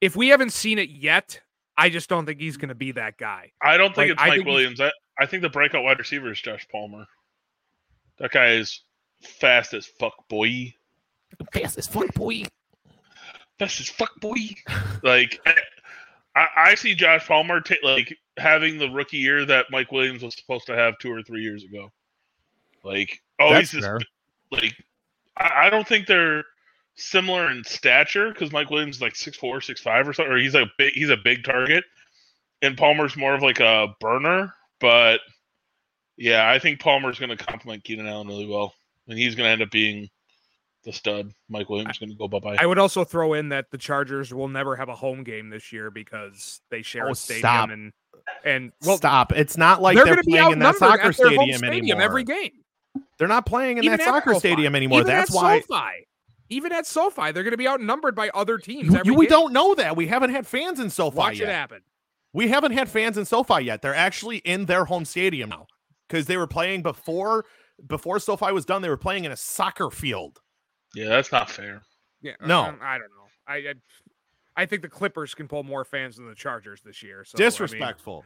If we haven't seen it yet, I just don't think he's going to be that guy.
I don't think
Like,
it's
I
Mike
think he's-
Williams. I, I think the breakout wide receiver is Josh Palmer. That guy is fast as fuck, boy. Fast as fuck, boy. Fast as fuck, boy. like, I, I, I see Josh Palmer ta- like having the rookie year that Mike Williams was supposed to have two or three years ago. Like, oh,
That's
he's
fair.
just, like, I, I don't think they're similar in stature because Mike Williams is like six four, six five or something, or he's a big, he's a big target and Palmer's more of like a burner, but yeah, I think Palmer's going to complement Keenan Allen really well, and he's going to end up being the stud. Mike Williams is going to go bye bye.
I would also throw in that the Chargers will never have a home game this year because they share
Oh,
a stadium
stop.
and and well,
Stop! It's not like
they're,
they're,
going to be
playing in that
outnumbered
soccer
at their home
stadium,
stadium
anymore.
every game.
They're not playing in
even
that
at
soccer
SoFi.
stadium anymore.
Even
That's
at
why
SoFi. Even at SoFi, they're going to be outnumbered by other teams.
You-
every
you- we
game.
don't know that. We haven't had fans in SoFi
watch
yet.
it happen.
We haven't had fans in SoFi yet. They're actually in their home stadium now because they were playing before before SoFi was done. They were playing in a soccer field.
Yeah, that's not fair.
Yeah,
No.
I, I don't know. I, I I think the Clippers can pull more fans than the Chargers this year. So I mean,
Disrespectful.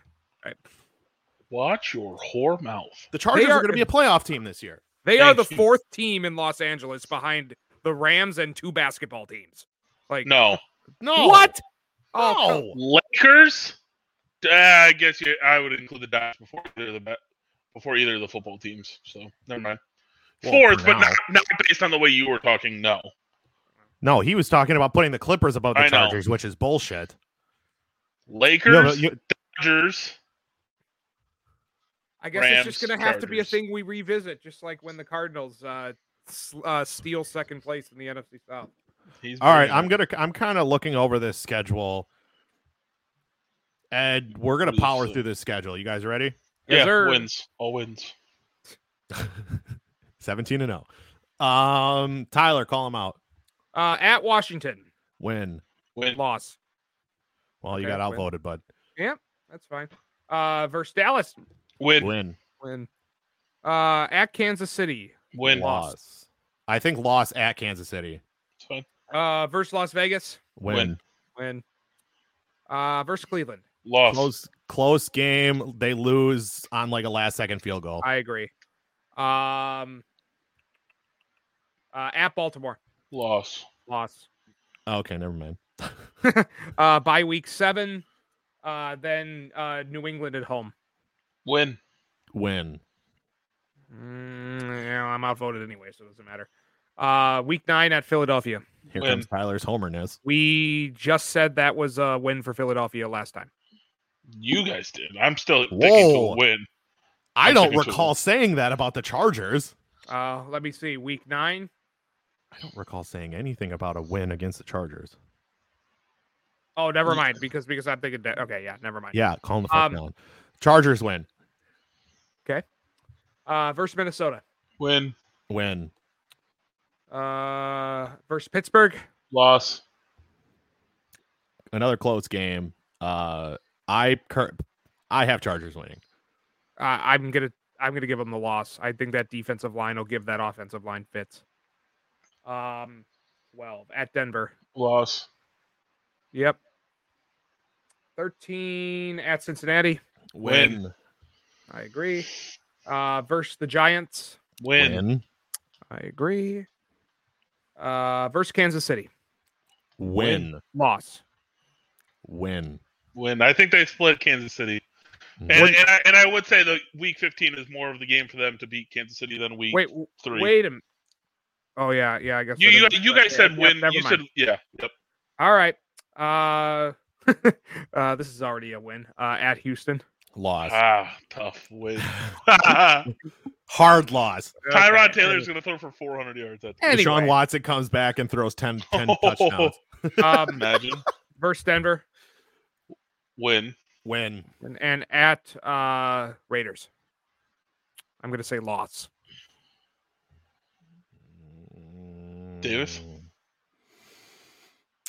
Watch your whore mouth.
the Chargers are,
are-
going to be a playoff team this year.
they are
Thank
the
you.
fourth team in Los Angeles behind the Rams and two basketball teams. Like
No,
No,
what? Oh, come-
No,
Lakers. Uh, I guess you, I would include the Dodgers before either of the ba- before either of the football teams. So never mind.
Well,
Fourth,
for
but
now.
not, not based on the way you were talking. No,
no. He was talking about putting the Clippers above the
I know.
Chargers, which is bullshit.
Lakers,
No, but you-
Dodgers.
I guess it's just
Rams,
going to have to be a
Chargers.
thing we revisit, just like when the Cardinals uh, s- uh, steal second place in the NFC South.
He's
All right,
brilliant.
I'm gonna. I'm kind of looking over this schedule, and we're gonna
What is
power
it?
through this schedule. You guys ready?
Yes,
yeah,
sir.
wins. All wins.
17 and 0. Um, Tyler, call him out.
Uh, at Washington,
Win.
Win.
loss.
Well, you
Okay,
got
win.
outvoted, bud.
That's fine. Uh, versus Dallas,
Win. Win.
Win.
win. Uh, at Kansas City,
Loss. I think loss at Kansas City.
It's fine.
uh, versus Las Vegas,
Win.
Win.
win. Uh, versus Cleveland,
Loss.
Close close game. They lose on like a last second field goal.
I agree. Um, uh, at Baltimore,
Loss.
Loss.
Okay, never mind.
Uh, by week seven, uh, then uh, New England at home.
Win.
Win.
Mm, yeah, I'm outvoted anyway, so it doesn't matter. Uh, week nine at Philadelphia.
Here
Win.
comes Tyler's homerness.
We just said that was a win for Philadelphia last time.
You guys did. I'm still thinking to
Whoa.
a win.
I
I'm
don't
thinking it's a
recall
win.
saying that about the Chargers.
Uh, let me see. Week nine.
I don't recall saying anything about a win against the Chargers.
Oh, never mind. Because because I'm thinking that. Okay, yeah, never mind.
Yeah, calm the fuck
Um,
down. Chargers win.
Uh, versus Minnesota.
Win.
Win.
Uh, versus Pittsburgh.
Loss.
Another close game. Uh I cur- I have Chargers winning.
Uh, I'm gonna I'm gonna give them the loss. I think that defensive line will give that offensive line fits. Um, twelve at Denver.
Loss.
Yep. Thirteen at Cincinnati.
Win.
I agree. Uh, versus the Giants.
Win.
Win.
I agree. Uh, versus Kansas City.
Win. Win.
Loss.
Win.
Win. I think they split Kansas City. And,
What-
and, I, and I would say the week 15 is more of the game for them to beat Kansas City than week
Wait, w-
three.
wait a minute. Oh yeah, yeah. I guess
you,
that
you,
is-
you guys said
Yep,
win.
never
you
mind.
said yeah. Yep.
All right. Uh, uh, this is already a win uh, at Houston.
Loss.
Ah, tough win.
Hard loss.
Tyrod
Okay.
Taylor's going to throw for 400 yards. That's
Anyway,
Deshaun Watson comes back and throws 10, 10 touchdowns.
um,
imagine.
versus Denver
Win.
Win.
and, and at uh, Raiders. I'm gonna say loss.
Davis?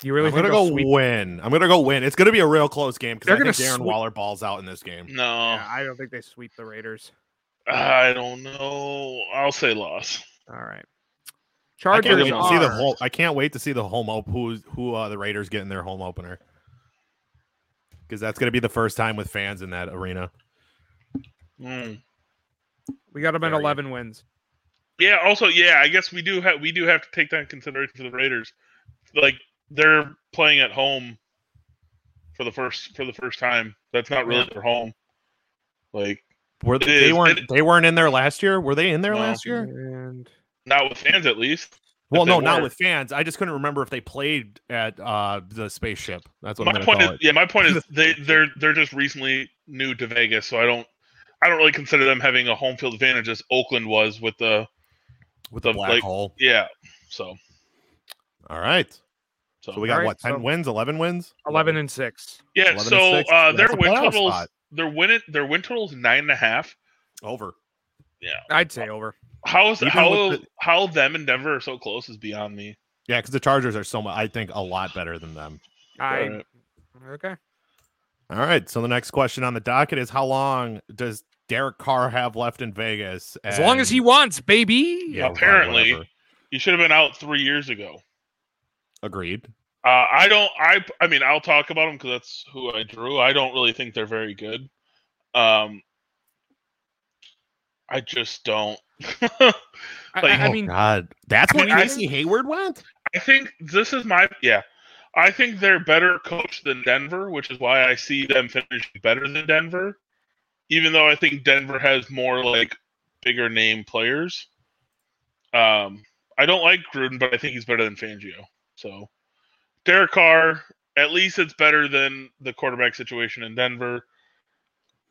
You really
I'm
think
gonna
they'll
go
sweep?
win. I'm gonna go win. It's gonna be a real close game because
They're
I think
gonna
Darren
sweep-
Waller balls out in this game.
No,
Yeah, I don't think they sweep the Raiders.
I don't know. I'll say loss.
All
I
right.
can't
Chargers
wait to see the
are-
whole. I can't wait to see the home op- who's who uh, the Raiders get in their home opener because that's gonna be the first time with fans in that arena.
Mm.
We got them at
Very good.
11 wins.
Yeah. Also, yeah. I guess we do have we do have to take that in consideration for the Raiders. Like they're playing at home for the first for the first time. That's not really their home. Like
Were
It
they, they
is-
weren't
it-
they weren't in there last year? Were they in there
No.
last year?
And
not with fans, at least.
Well,
they
no, not
were.
with fans. I just couldn't remember if they played at uh, the spaceship. That's what
my
I'm gonna
point
call
is,
it.
yeah, my point is they they're they're just recently new to Vegas, so I don't I don't really consider them having a home field advantage as Oakland was with the
With the
the,
black
like-
hole.
yeah. So
All right.
so,
So we got
All right,
what? Ten
so-
wins? Eleven wins?
11 and 6.
yeah.
11 and
So
six.
uh, their
That's a
win
playoff
totals
spot.
their win it their win totals nine and a half.
over.
I'd say over.
How is
Even
how
with the-
how them and Denver are so close is beyond me.
Yeah, because the Chargers are so much. I think a lot better than them.
I
Alright.
okay.
All right. So the next question on the docket is: How long does Derek Carr have left in Vegas?
As long as
And-
he wants, baby.
Yeah, right,
Apparently.
whatever.
You should have been out three years ago.
agreed.
Uh, I don't. I. I mean, I'll talk about them because that's who I drew. I don't really think they're very good. Um, I just don't. I
I,
Like-
I- I
oh
mean,
God, that's
I
where
mean, I-
Casey Hayward went.
think this is my yeah. I think they're better coached than Denver, which is why I see them finishing better than Denver. Even though I think Denver has more like bigger name players. Um, I don't like Gruden, but I think he's better than Fangio. So Derek Carr, at least it's better than the quarterback situation in Denver.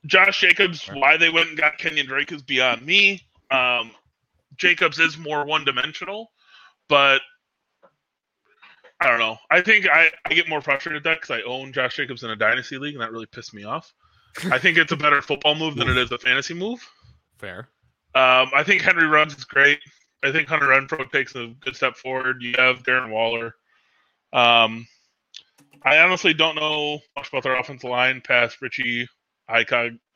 Josh Jacobs, why they went and got Kenyon Drake is beyond me. Um, Jacobs is more one dimensional, but I don't know. I think I, I get more frustrated at that because I own Josh Jacobs in a dynasty league, and that really pissed me off. I think it's a better football move than it is a fantasy move.
Fair.
Um, I think Henry Ruggs is great. I think Hunter Renfro takes a good step forward. You have Darren Waller. Um, I honestly don't know much about their offensive line past Richie. I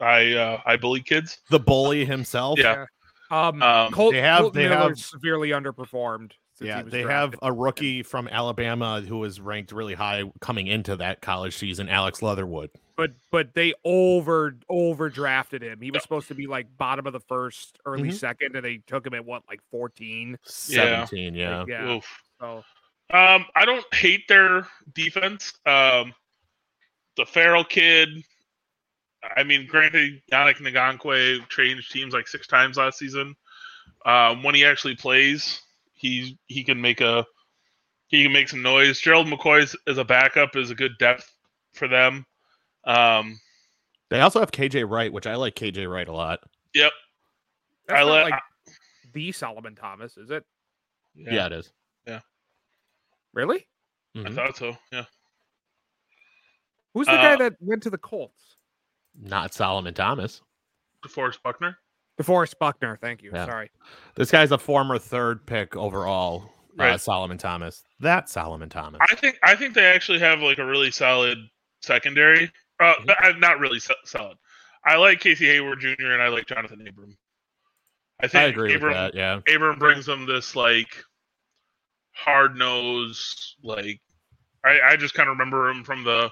I uh, I bully kids.
The bully himself.
Yeah.
um,
Um,
Colt,
they have-
Colt
they
Miller
have-
severely underperformed. Since
Yeah,
he was
they have uh,
drafted.
a rookie from Alabama who was ranked really high coming into that college season, Alex Leatherwood.
but but they over over drafted him. He was supposed to be like bottom of the first, early
Mhm.
second, and they took him at what like fourteen.
Yeah.
17, yeah.
Like, yeah.
Oof.
So
Um, I don't hate their defense. Um, the Farrell kid. I mean, granted, Yannick Ngakoue changed teams like six times last season. Um, when he actually plays, he he can make a he can make some noise. Gerald McCoy is- as a backup is a good depth for them. Um,
They also have KJ Wright, which I like KJ Wright a lot.
yep.
That's
I
not
let-
like the Solomon Thomas, is it?
Yeah, it is.
Really?
I
Mhm.
thought so. Yeah.
Who's the guy
Uh,
that went to the Colts?
Not Solomon Thomas.
DeForest Buckner.
DeForest Buckner. Thank you.
Yeah.
Sorry.
This guy's a former third pick overall. Uh,
Right.
Solomon Thomas. That Solomon Thomas.
I think I think they actually have like a really solid secondary. Uh,
Mm-hmm.
uh, not really so- solid. I like Casey Hayward Jr. and I like Jonathan Abram. I
I
think
agree with
Abram
that. Yeah.
Abram brings them this like hard nose like I, I just kind of remember him from the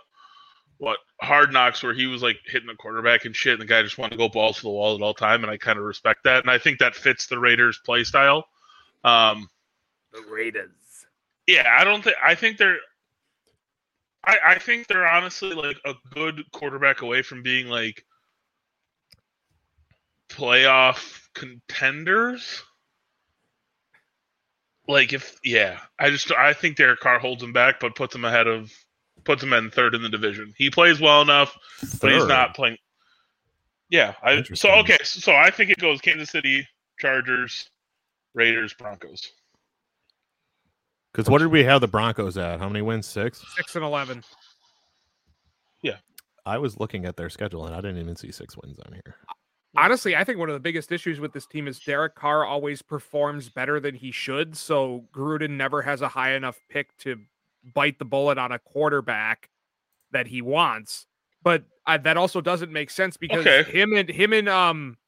what hard knocks where he was like hitting the quarterback and shit and the guy just wanted to go balls to the wall at all time and I kind of respect that and I think that fits the Raiders play style. Um
The Raiders.
yeah, I don't think I think they're I, I think they're honestly like a good quarterback away from being like playoff contenders. Like if yeah, I just I think Derek Carr holds him back, but puts him ahead of puts him in third in the division. He plays well enough, but he's
Third.
not playing. Yeah, I so
Interesting.
okay, so I think it goes Kansas City, Chargers, Raiders, Broncos.
Because what did we have the Broncos at? How many wins? Six.
Six and eleven.
I was looking at their schedule and I didn't even see six wins on here.
Honestly, I think one of the biggest issues with this team is Derek Carr always performs better than he should. So Gruden never has a high enough pick to bite the bullet on a quarterback that he wants. But I, that also doesn't make sense because
Okay.
him and him and um,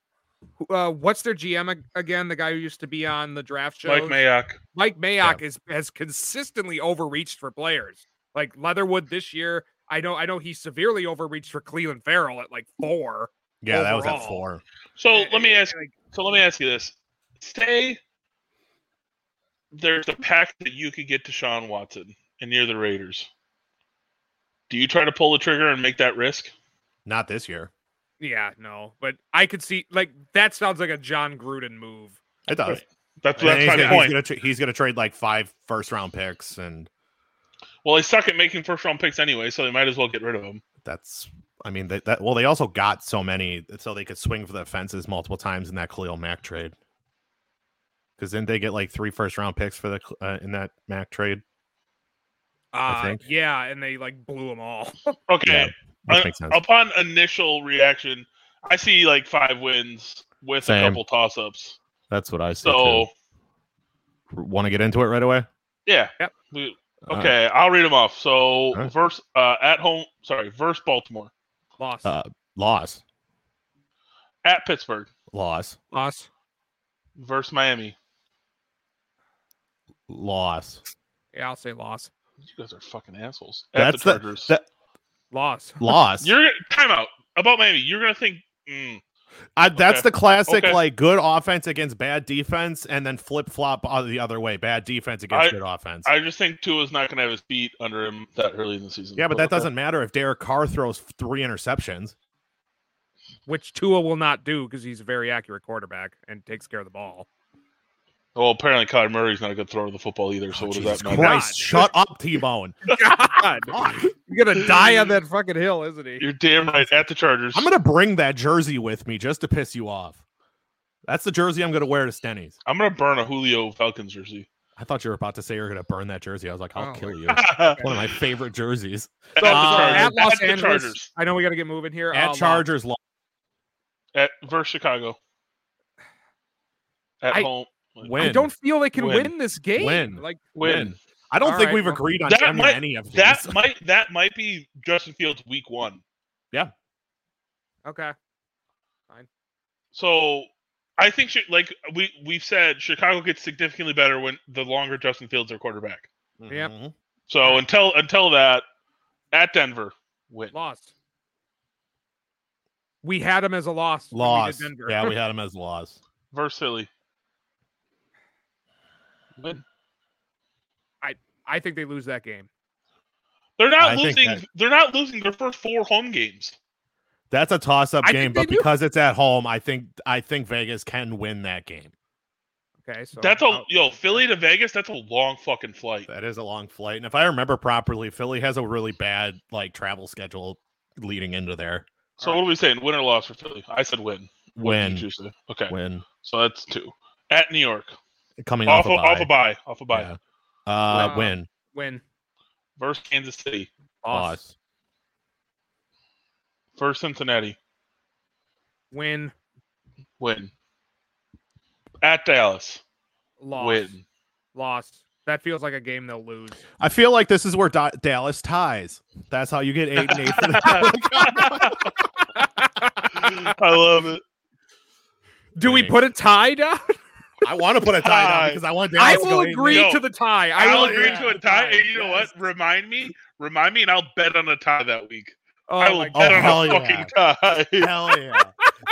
who- uh, what's their GM ag- again? The guy who used to be on the draft show,
Mike Mayock.
Mike Mayock is has consistently overreached for players. Like Leatherwood this year, I know I know he severely overreached for Cleveland Farrell at like four.
Yeah, that was at
Overall.
four.
So
And-
let me
and,
ask.
like,
So let me ask you this: Say there's a pack that you could get to Sean Watson, and you're the Raiders. Do you try to pull the trigger and make that risk?
Not this year.
yeah, no, but I could see like that sounds like a John Gruden move.
It does.
That's
And
that's
he's
my
gonna-
point.
He's gonna, tra- he's gonna trade like five first round picks, and
Well, they suck at making first round picks anyway, so they might as well get rid of him.
that's. I mean, they, that well, they also got so many, so they could swing for the fences multiple times in that Khalil Mack trade. Because then they get like three first round picks for the uh, in that Mack trade.
Uh,
think.
yeah, and they like blew them all.
Okay.
That
Uh,
makes sense.
Upon initial reaction, I see like five wins with
Same.
a couple toss ups.
That's what I said.
So
want to get into it right away?
yeah,
Yep.
we-
Uh,
okay, I'll read them off. So
Alright.
verse uh, at home, sorry, verse Baltimore,
Lost,
Uh, loss,
at Pittsburgh.
loss,
lost.
versus Miami.
loss.
Yeah, I'll say loss,
You guys are fucking assholes. At
That's
the
the,
Chargers.
that
loss.
loss.
You're time out about Miami. You're gonna think mm,
I, that's
Okay.
the classic
Okay.
like good offense against bad defense, and then flip flop the other way. Bad defense against
I-
good offense.
I just think Tua's not gonna have his beat under him that early in the season.
yeah, but that doesn't matter if Derek Carr throws three interceptions.
Which Tua will not do because he's a very accurate quarterback and takes care of the ball.
Well, apparently Kyler Murray's not a good thrower of the football either. So what does
Oh, Jesus
that matter?
Christ,
God.
shut up, T Bone.
God, you're gonna die on that fucking hill, isn't he?
You're damn right. At the Chargers.
I'm gonna bring that jersey with me just to piss you off. That's the jersey I'm gonna wear to Stenny's.
I'm gonna burn a Julio Falcons jersey.
I thought you were about to say you're gonna burn that jersey. I was like, I'll
Oh.
kill you.
at the
One of my favorite jerseys.
Uh,
Chargers.
at Los
the
Angeles,
Chargers.
I know we got to get moving here. Uh,
At
loss.
Chargers, loss.
At versus Chicago. At
I-
home.
Win.
I don't feel they can win,
Win.
this game.
Win.
Like
Win.
I don't
All
think
right,
we've
well,
agreed on
that
any,
might-
any of these.
That might that might be Justin Fields week one.
okay,
So I think she, like we we've said, Chicago gets significantly better when the longer Justin Fields are quarterback.
yep.
Mhm.
So until until that, at Denver, win.
lost. We had him as a loss. when we did
Loss.
Denver.
Yeah, we had him as loss.
versus Philly. Win.
I think they lose that game.
They're not
I think
losing.
that-
They're not losing their first four home games.
That's a toss-up
I
game,
think they
but
do.
because it's at home, I think I think Vegas can win that game.
Okay, so
That's a
I'll-
yo Philly to Vegas. That's a long fucking flight.
That is a long flight, and if I remember properly, Philly has a really bad like travel schedule leading into there.
So what are we saying? Win or loss for Philly? I said win. What did
When
you say? Okay,
when
so that's two at New York.
coming
Off,
off,
a, off a
bye.
bye. Off a bye.
Yeah. Uh,
Wow.
when
win.
Versus Kansas City.
Loss.
loss.
Versus Cincinnati.
Win.
Win. At Dallas.
Loss.
Win.
Loss. That feels like a game they'll lose.
I feel like this is where Da- Dallas ties. That's how you get eight and eight. For the-
I love it.
Do we
Winning.
put a tie down?
I want to put a tie down
Tie.
because I want. Dallas
I
to go
will
eight and
agree
Yo,
to the tie. I
I
will
will agree to a tie. And you know
yes.
what? Remind me. Remind me, and I'll bet on a tie that week.
Oh
I will
my
bet
God.
on a
Oh, hell
fucking tie.
eight. Hell yeah!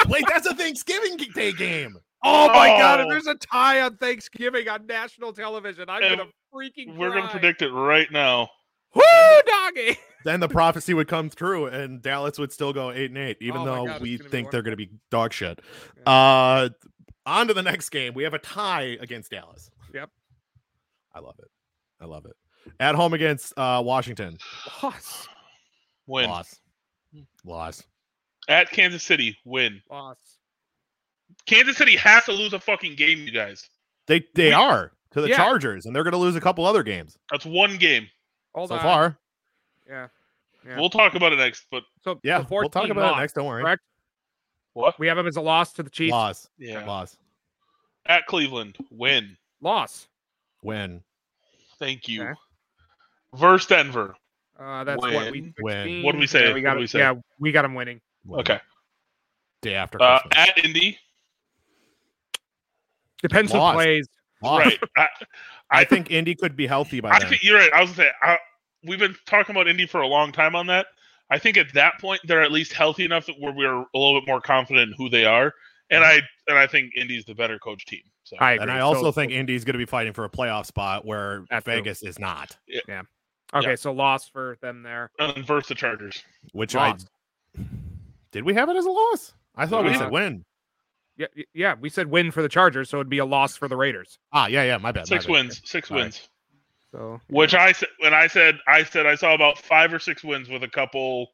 Wait, that's a Thanksgiving Day game.
Oh my god, if
Oh.
there's a tie on Thanksgiving on national television, I'm
And
gonna freaking
We're gonna
cry.
predict it right now.
Woo doggy!
Then the prophecy would come through, and Dallas would still go eight and eight, even
Oh my
though
God, it's
we
gonna be
think
one-
they're going to be dog shit. Uh, on to the next game. We have a tie against Dallas.
Yep.
I love it. I love it. At home against uh, Washington.
Loss.
Win.
Loss.
Hmm.
Loss.
At Kansas City. Win.
Loss.
Kansas City has to lose a fucking game, you guys.
They they
We-
are to the
Yeah.
Chargers, and they're going to lose a couple other games
That's one game.
Hold
so
on.
far.
Yeah. Yeah.
We'll talk about it next, but
So
Yeah,
so
we'll talk
14
about
loss.
it next. Don't worry.
correct?
what?
We have him as a loss to the Chiefs.
Loss.
Yeah.
Loss.
At Cleveland. Win.
Loss.
Win.
Thank you.
Okay.
Versus Denver.
Uh, that's what we.
Win.
16.
Win.
What do we say?
Yeah, we got
What do
him.
we say?
Yeah, we got him winning.
Win.
Okay.
Day after
Uh,
Christmas.
at Indy.
Depends who
Loss.
plays.
Loss.
Right. I,
I think Indy could be healthy by
I
then.
think you're right. I was gonna say I, we've been talking about Indy for a long time on that. I think at that point they're at least healthy enough that where we're a little bit more confident in who they are, and I and I think Indy's the better coach team. So
I agree.
And I
So-
also think Indy's going to be fighting for a playoff spot where
That's true.
Vegas is not,
Okay,
yeah.
so loss for them there.
and then versus the Chargers.
which
Loss.
I did we have it as a loss? I thought we
Yeah.
said win.
Yeah, y- yeah. We said win for the Chargers, so it'd be a loss for the Raiders.
Ah, yeah, yeah, my bad. my
Six
bad.
wins. Six
All right.
wins.
So
Which I said when I said I said I saw about five or six wins with a couple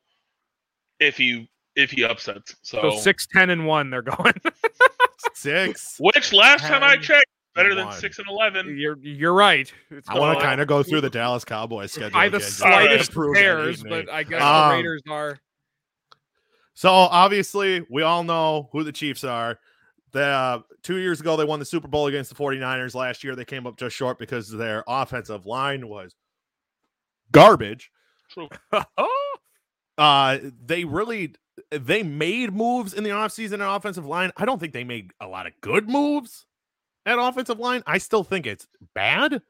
if he if he upsets. So,
so six, ten, and one. They're going.
Six.
which last time I
Ten,
checked, better than
one.
six and eleven.
you're you're right. It's
I want
going
to kind of go through the Dallas Cowboys schedule
by the
again, just to
slightest
prove that
pairs,
Aiden
but
ain't-
I guess
Um,
the Raiders are.
so obviously we all know who the Chiefs are. The uh, two years ago they won the Super Bowl against the 49ers. Last year they came up just short because their offensive line was garbage.
True.
Oh,
uh they really they made moves in the offseason and offensive line i don't think they made a lot of good moves at offensive line i still think it's bad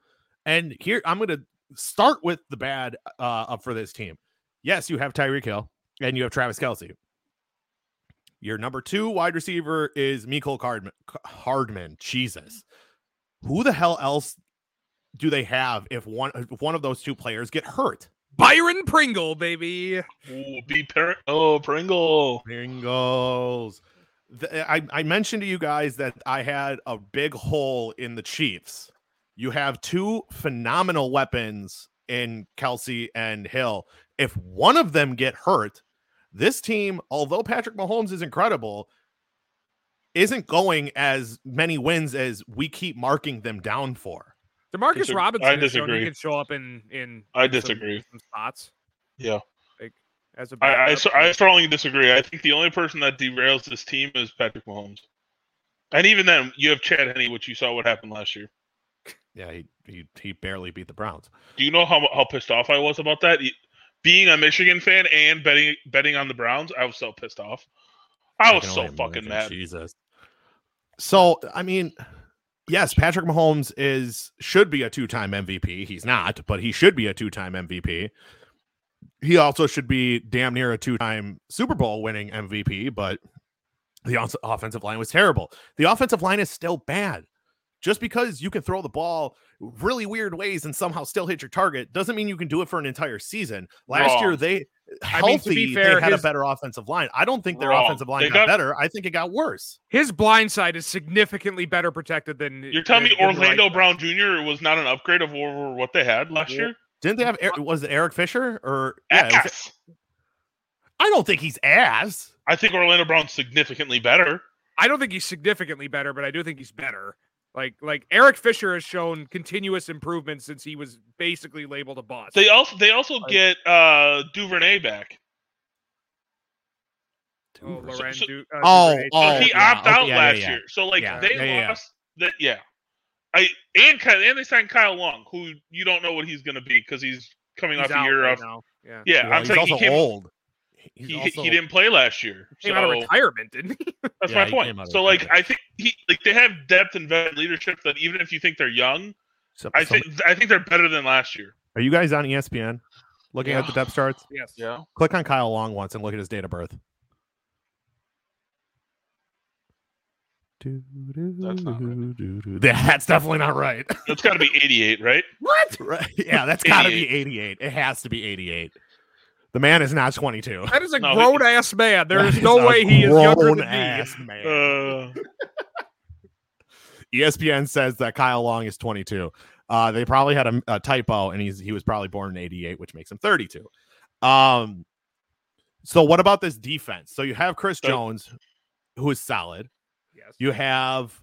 and here i'm gonna start with the bad uh up for this team yes you have tyreek hill and you have travis kelsey your number two wide receiver is Miko Hardman. Hardman, Jesus, who the hell else do they have if one if one of those two players get hurt?
Byron Pringle, baby.
Ooh, be parent. Oh, Pringle.
Pringles. The, eh, I, I mentioned to you guys that I had a big hole in the Chiefs. You have two phenomenal weapons in Kelsey and Hill. If one of them get hurt, this team, although Patrick Mahomes is incredible, isn't going as many wins as we keep marking them down for.
Demarcus
Disagree-
Robinson
I
has shown
disagree.
he can show up in in
I
in some-
disagree.
some spots
Yeah.
as a
I, I,
backup.
I strongly disagree. I think the only person that derails this team is Patrick Mahomes. And even then, you have Chad Henney, which you saw what happened last year.
Yeah, he he, he barely beat the Browns.
Do you know how how pissed off I was about that? E- Being a Michigan fan and betting betting on the Browns, I was so pissed off. I was
can
so
only
fucking
imagine.
mad.
Jesus. So I mean, yes, Patrick Mahomes is should be a two-time MVP. He's not, but he should be a two-time MVP. He also should be damn near a two-time Super Bowl winning MVP, but the ons- offensive line was terrible. The offensive line is still bad. Just because you can throw the ball really weird ways and somehow still hit your target doesn't mean you can do it for an entire season. Last
Wrong.
year they healthy
I mean, to be fair,
they had
his-
a better offensive line. I don't think their
Wrong.
offensive line
They
got,
got-
better. I think it got worse.
His blind side is significantly better protected than
You're telling me
than- than the
Orlando
right
Brown Jr. was not an upgrade of over what they had last
Yeah.
year?
Didn't they have Er- was it Eric Fisher or yeah, it was-
Ass.
I don't think he's ass.
I think Orlando Brown's significantly better.
I don't think he's significantly better, but I do think he's better. Like like Eric Fisher has shown continuous improvement since he was basically labeled a boss.
They also they also get uh Duvernay back.
oh,
So-
Loren
so-
Du- uh,
Oh,
Duvernay.
So
oh,
he
yeah,
opted
okay, yeah,
out
yeah,
last
yeah.
year. So like
Yeah,
they
yeah, yeah, yeah.
lost that yeah. I and Ky- and they signed Kyle Long, who you don't know what he's gonna be because he's coming
He's
off a
out
year
right
off.
now. Yeah.
Yeah,
Well,
I'm saying he, came,
old. He's
he,
also-
he didn't play last year.
Came out of
so-
retirement, didn't he?
That's
Yeah,
my
he came out
point.
of
So like
retirement.
I think he like they have depth and vet leadership that even if you think they're young,
some-
I
some-
think I think they're better than last year.
Are you guys on E ESPN? Looking at
Yeah.
the depth charts.
yes.
Yeah.
Click on Kyle Long once and look at his date of birth. Do, do,
That's not
do, do, do. That's definitely not right.
It's gotta be eighty eight, right?
What?
right. Yeah, that's got to be 88. It has to be 88. The man is not 22.
That is a
No, he-
grown ass man. There is
He's
no
a
way he is younger than me.
grown-ass man.
Uh,
ESPN says that Kyle Long is 22. Uh, they probably had a, a typo, and he's he was probably born in '88, which makes him 32. Um, so what about this defense? So you have Chris
So-
Jones, who is solid.
Yes.
You have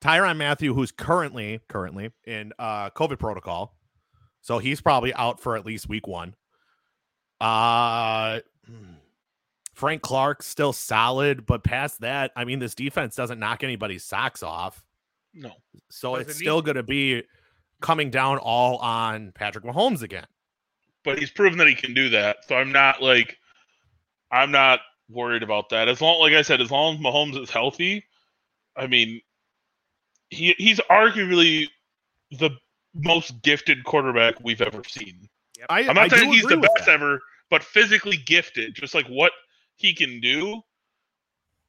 Tyron Matthew, who's currently currently in uh, COVID protocol, so he's probably out for at least week one. Uh, hmm. Frank Clark still solid, but past that, I mean, this defense doesn't knock anybody's socks off.
no.
So
Doesn't
it's
need
still going to be coming down all on Patrick Mahomes again.
but he's proven that he can do that. So I'm not like I'm not worried about that. As long like I said, as long as Mahomes is healthy, I mean he he's arguably the most gifted quarterback we've ever seen.
I,
I'm not
I
saying
do
he's
agree
the
with
best
that.
ever, but physically gifted, just like what he can do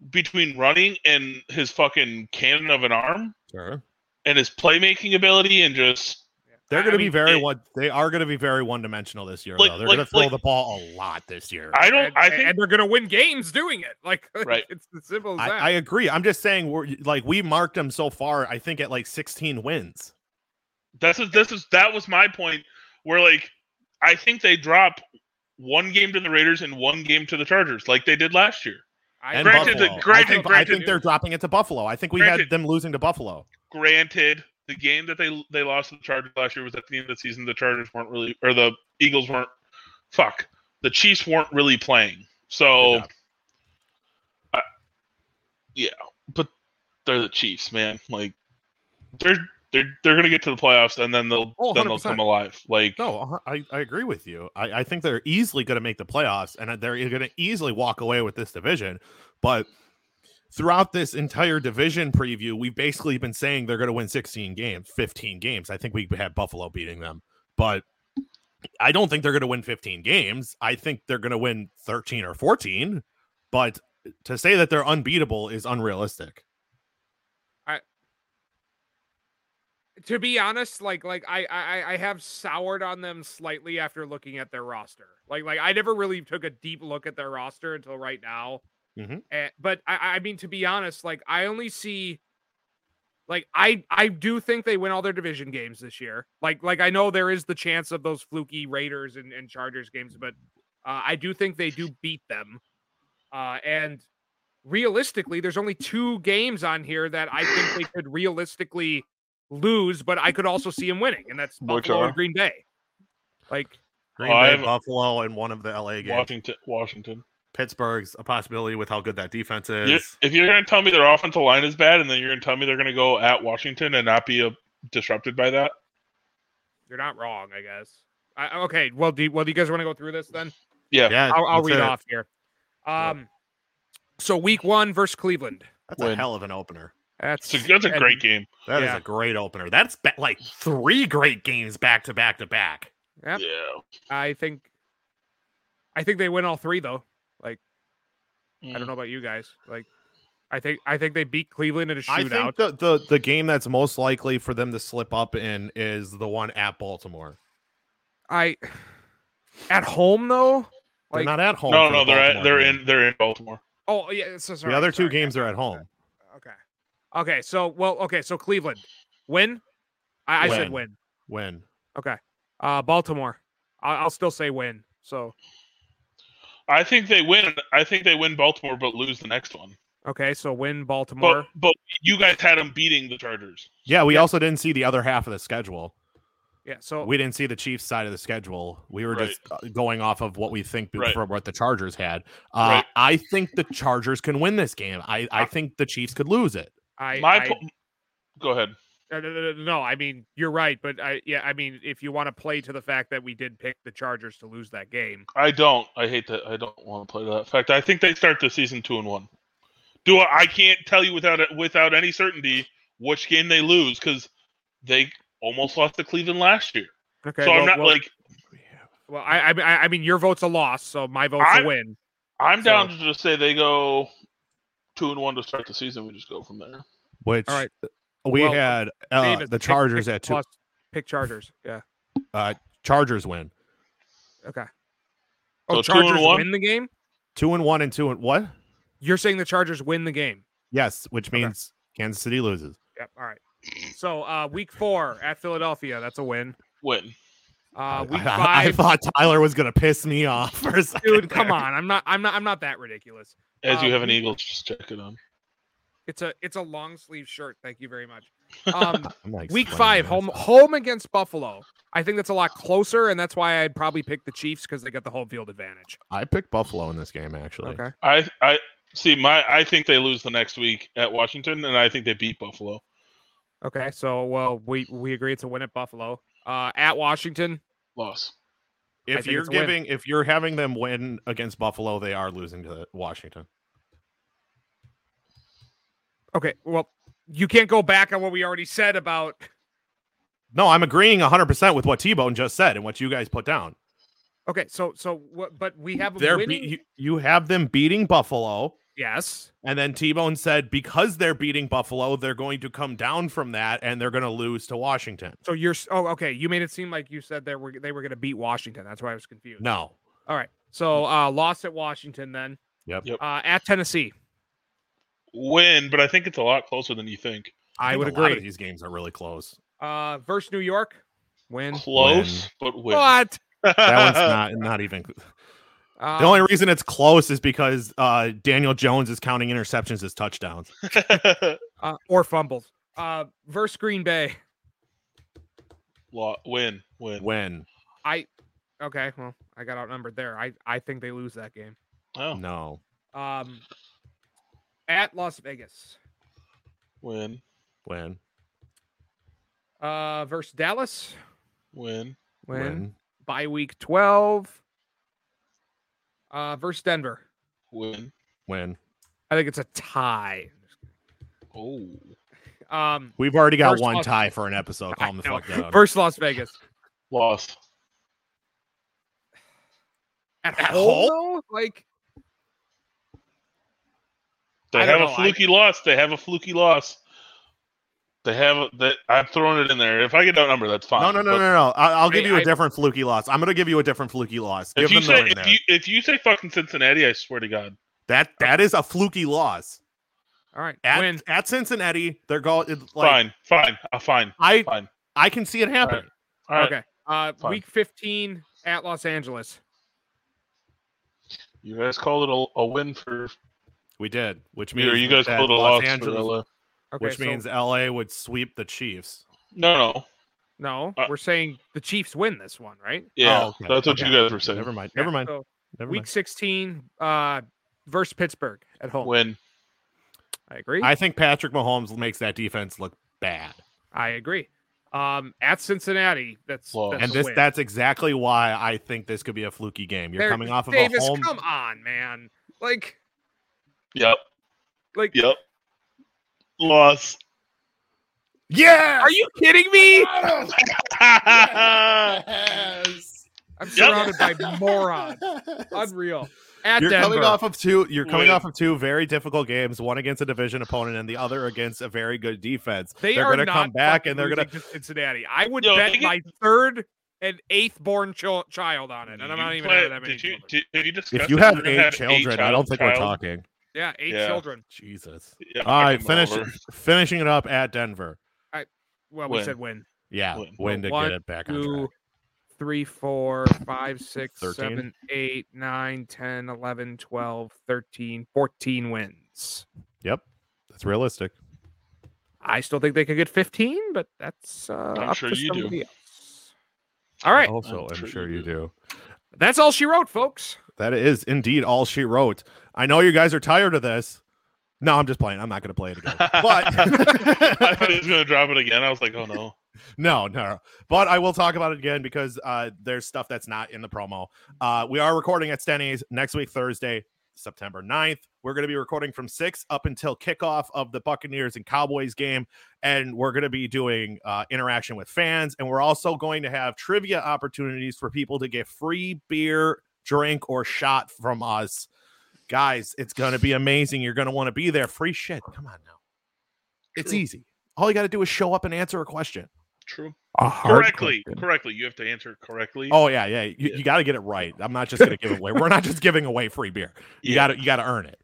between running and his fucking cannon of an arm
Sure.
and his playmaking ability and just
They're
I
going to be
mean,
very
it-
one. They are going to be very one dimensional this year.
Like-
though. They're
like-
going to throw
like-
the ball a lot this year.
I don't
And,
I think
and they're gonna win games doing it. Like
Right.
it's as simple as
I,
that.
I agree. I'm just saying we're like we marked him so far. I think at like 16 wins.
That's is this is that was my point where like I think they drop one game to the Raiders and one game to the Chargers, like they did last year.
I-
And
Granted,
Buffalo.
the- granted,
I think, I
granted.
think they're dropping it to Buffalo. I think we had
Granted.
them losing to Buffalo.
Granted, the game that they they lost to the Chargers last year was at the end of the season. The Chargers weren't really, or the Eagles weren't. Fuck, the Chiefs weren't really playing. So, I, yeah, but they're the Chiefs, man. Like they're they're they're gonna get to the playoffs and then they'll
Oh,
then they'll
100%.
come alive. Like
No, uh-huh, I, I agree with you. I, I think they're easily going to make the playoffs and uh, they're going to easily walk away with this division. But throughout this entire division preview, we've basically been saying they're going to win 16 games, 15 games. I think we had Buffalo beating them, but I don't think they're going to win 15 games. I think they're going to win 13 or 14. But to say that they're unbeatable is unrealistic.
to be honest, like like I, I I- I have soured on them slightly after looking at their roster. Like like I never really took a deep look at their roster until right now.
Mhm.
Eh, but I I mean to be honest, like I only see like I I do think they win all their division games this year. Like like I know there is the chance of those fluky Raiders and, and Chargers games, but uh, I do think they do beat them. Uh, and realistically, there's only two games on here that I think they could realistically lose, but I could also see him winning, and that's
Which
Buffalo
are?
and Green Bay. Like
Green
I
Bay,
have-
Buffalo, and one of the LA games.
Washington, Washington.
Pittsburgh's a possibility with how good that defense is.
You're- if you're going to tell me their offensive line is bad, and then you're going to tell me they're going to go at Washington and not be uh disrupted by that,
you're not wrong, I guess. I, okay, well, do well, do you guys want to go through this then?
yeah,
Yeah,
I'll, I'll
that's
read
it.
off here. Um, so week one versus Cleveland.
That's a
Win.
hell of an opener.
That's
it's a, that's a
and-
great game.
That is
Yeah.
a great opener. That's ba- like three great games back to back to back.
Yep.
Yeah,
I think, Mm. I think they win all three though. Like I don't know about you guys. Like I think I think they beat Cleveland in a
I think
shootout.
the, the the game that's most likely for them to slip up in is the one at Baltimore.
I at home though.
They're
Like
not at home.
No,
for
no,
the
they're at,
Baltimore
they're
game.
in they're in Baltimore.
oh yeah, so sorry.
the other two
sorry.
games are at home.
Okay. Okay. So well. Okay. So Cleveland win. I, I said win.
When?
Okay. Uh, Baltimore. I'll, I'll still say win. So
I think they win. I think they win Baltimore, but lose the next one.
okay. So win Baltimore.
But but you guys had them beating the Chargers.
Yeah, we also didn't see the other half of the schedule.
yeah. So
We didn't see the Chiefs side of the schedule. We were
Right.
just uh, going off of what we think be-
Right.
from what the Chargers had. Uh,
Right.
I think the Chargers can win this game. I, I think the Chiefs could lose it.
I.
My
I-
po- go ahead.
Uh, no, no, no, no, I mean you're right, but I yeah, I mean if you want to play to the fact that we did pick the Chargers to lose that game,
I don't. I hate that. I don't want to play that. In fact, I think they start the season two and one. Do I, I can't tell you without it without any certainty which game they lose because they almost lost to Cleveland last year.
okay,
so
well,
I'm not
well,
like
well, I, I mean- I I mean your vote's a loss, so my vote's
I'm-
a win.
I'm
so-
down to just say they go two and one to start the season. We just go from there.
Which
All right.
we
Well,
had uh,
Davis,
the
pick-
Chargers
pick
at two.
plus- pick Chargers, yeah,
Uh, Chargers win
okay. Oh,
So two and
Chargers
one?
win the game.
two and one and two and what?
You're saying the Chargers win the game.
Yes, which means Kansas City loses.
Yep. All right. So uh, week four at Philadelphia, that's a win.
Win.
Uh,
I,
week
I- I
five,
thought Tyler was gonna piss me off for a second.
dude. Come
there.
on, I'm not, I'm not, I'm not that ridiculous.
As
Uh,
you have an
we-
Eagles, just check it on.
It's a, it's a long sleeve shirt. Thank you very much. Um,
I'm like
Week
sweating
five,
this.
home home against Buffalo. I think that's a lot closer, and that's why I'd probably pick the Chiefs because they got the home field advantage.
I picked Buffalo in this game actually.
Okay.
I I see my I think they lose the next week at Washington, and I think they beat Buffalo.
Okay. So well, we we agree it's a win at Buffalo. Uh at Washington.
Loss.
I
If
think
you're
it's a win.
giving, if you're having them win against Buffalo, they are losing to Washington.
Okay. Well, you can't go back on what we already said about
No, I'm agreeing 100 percent with what T Bone just said and what you guys put down.
Okay, so so what but we have a
They're be-
winning
you, you have them beating Buffalo,
Yes.
and then T Bone said because they're beating Buffalo, they're going to come down from that and they're going to lose to Washington.
So you're s- oh okay, you made it seem like you said they were they were going to beat Washington. That's why I was confused.
No,
All right. So uh loss at Washington then.
Yep.
Yep.
Uh at Tennessee.
Win, but I think it's a lot closer than you think.
I,
think
would
a lot of
agree.
these games are really close.
Uh versus New York. Win.
Close, but win.
What?
That one's not not even.
Uh,
The only reason it's close is because uh, Daniel Jones is counting interceptions as touchdowns.
uh, or fumbles. Uh, versus Green Bay.
Lo- win, win.
When
I okay. Well, I got outnumbered there. I I think they lose that game.
Oh,
no,
Um, at Las Vegas.
win,
when
Uh, versus Dallas.
win,
When, when? by week twelve. Uh, versus Denver.
win.
when
I think it's a tie.
Oh,
Um,
we've already got
First
one
off-
tie for an episode.
I
Calm the
know.
fuck down.
versus Las Vegas.
loss.
At,
At
home, though? like
They
I don't
have a
know, I-
fluky loss. They have a fluky loss. They have a, that. I'm throwing it in there. If I get that number, that's fine.
No, no, no,
But
no, no. I- I'll give
Hey,
you a
I-
different fluky loss. I'm gonna give you a different fluky loss. Give
If you
them the
say
ring
if
there.
you if you say fucking Cincinnati, I swear to God,
That that is a fluky loss.
all right.
At
win.
at Cincinnati, they're going. Like,
fine, fine, uh, fine.
I
fine.
I can see it happening.
All right,
okay. Uh,
fine.
week fifteen at Los Angeles.
you guys called it a, a win for.
We did, which means
Or you guys
that
called it a
Los
loss
Angeles,
for LA.
Okay,
which
so-
means LA would sweep the Chiefs.
No, no.
No,
Uh,
we're saying the Chiefs win this one, right?
Yeah,
Oh, okay,
that's what
okay.
you guys were saying.
Never mind. Never
Yeah,
mind.
so
Never
week
mind.
16 uh versus Pittsburgh at home.
Win.
I agree. I,
I think Patrick Mahomes makes that defense look bad,
agree. Um at Cincinnati, that's,
Well,
that's
and
a
this
win.
that's exactly why I think this could be a fluky game. You're
There-
coming off of
Davis,
a home.
come on, man. Like
Yep.
like
Yep. Loss.
Yeah,
are you kidding me?
yeah.
I'm surrounded by morons. Unreal. at
You're
Denver.
coming off of two. You're coming
Win.
off of two very difficult games. One against a division opponent, and the other against a very good defense.
they
are
are
going to
not
come back,
fucking
and they're going
losing to Cincinnati. I would
Yo,
bet
they get-
my third and eighth born chil- child on it, and I'm
You
not even
play-
out of that many.
did you,
children.
did, did you discuss
If you
that
have
we're gonna
eight children, I don't
child-
think we're
child?
talking.
yeah, eight
Yeah.
children.
Jesus.
Yeah,
All right,
fucking
finish
over.
finishing it up at Denver.
Well, we
Win.
said win.
Yeah,
Win.
win to
One,
get it back on track.
Two, three, four, five, six,
Thirteen.
seven, eight, nine, 10, 11, 12, 13, 14 wins.
Yep, that's realistic.
I still think they could get 15, but that's uh,
I'm
up
sure
to
you do.
somebody else. All right,
Also, I'm
sure
sure
you
you do.
that's all she wrote, folks.
That is indeed all she wrote. I know you guys are tired of this. No, I'm just playing. I'm not going to play it again.
I
But
thought he was going to drop it again. I was like, oh no.
no, no. But I will talk about it again because uh, there's stuff that's not in the promo. Uh, we are recording at Stenny's next week, Thursday, September 9th. We're going to be recording from 6 up until kickoff of the Buccaneers and Cowboys game. And we're going to be doing uh, interaction with fans. And we're also going to have trivia opportunities for people to get free beer, drink, or shot from us. Guys, it's going to be amazing. You're going to want to be there. Free shit. Come on now. It's
True.
easy. All you got to do is show up and answer a question.
True.
A hard
correctly.
question.
Correctly. You have to answer it correctly.
Oh yeah, yeah. You,
Yeah.
you got to get it right. I'm not just gonna give it away. We're not just giving away free beer. You got
Yeah.
to you got to earn it.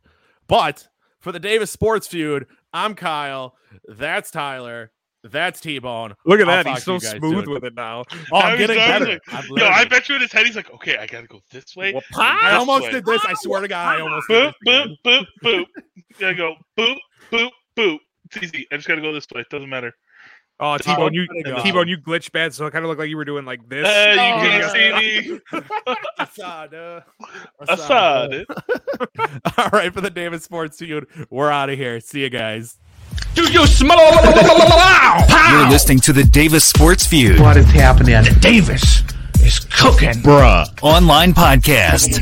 But for the Davis Sports Feud, I'm Kyle. That's Tyler. That's T Bone.
Look at
I'll
that.
talk
He's
to you
so
guys
smooth
soon.
with it now.
Oh,
I
I'm
was-
getting
I was
better.
like-
I'm
No, I
learning.
bet you in his head he's like, okay, I gotta go this way.
Well,
and
pie?
I
this
almost
way."
did this. I swear to God, I almost did
Boop,
this
boop,
again.
boop, boop. Gotta go boop, boop, boop. It's easy. I just gotta go this way. It doesn't matter.
Oh, T Bone, you
pretty good.
T Bone, you glitch bad, so it kind of looked like you were doing like this.
Uh, you can't see me.
Assad, uh, Assad.
Assad.
All right, for the Davis Sports Feud, we're out of here. See you guys.
Do you smell?
You're listening to the Davis Sports Feud
What is happening? Davis is cooking.
online podcast.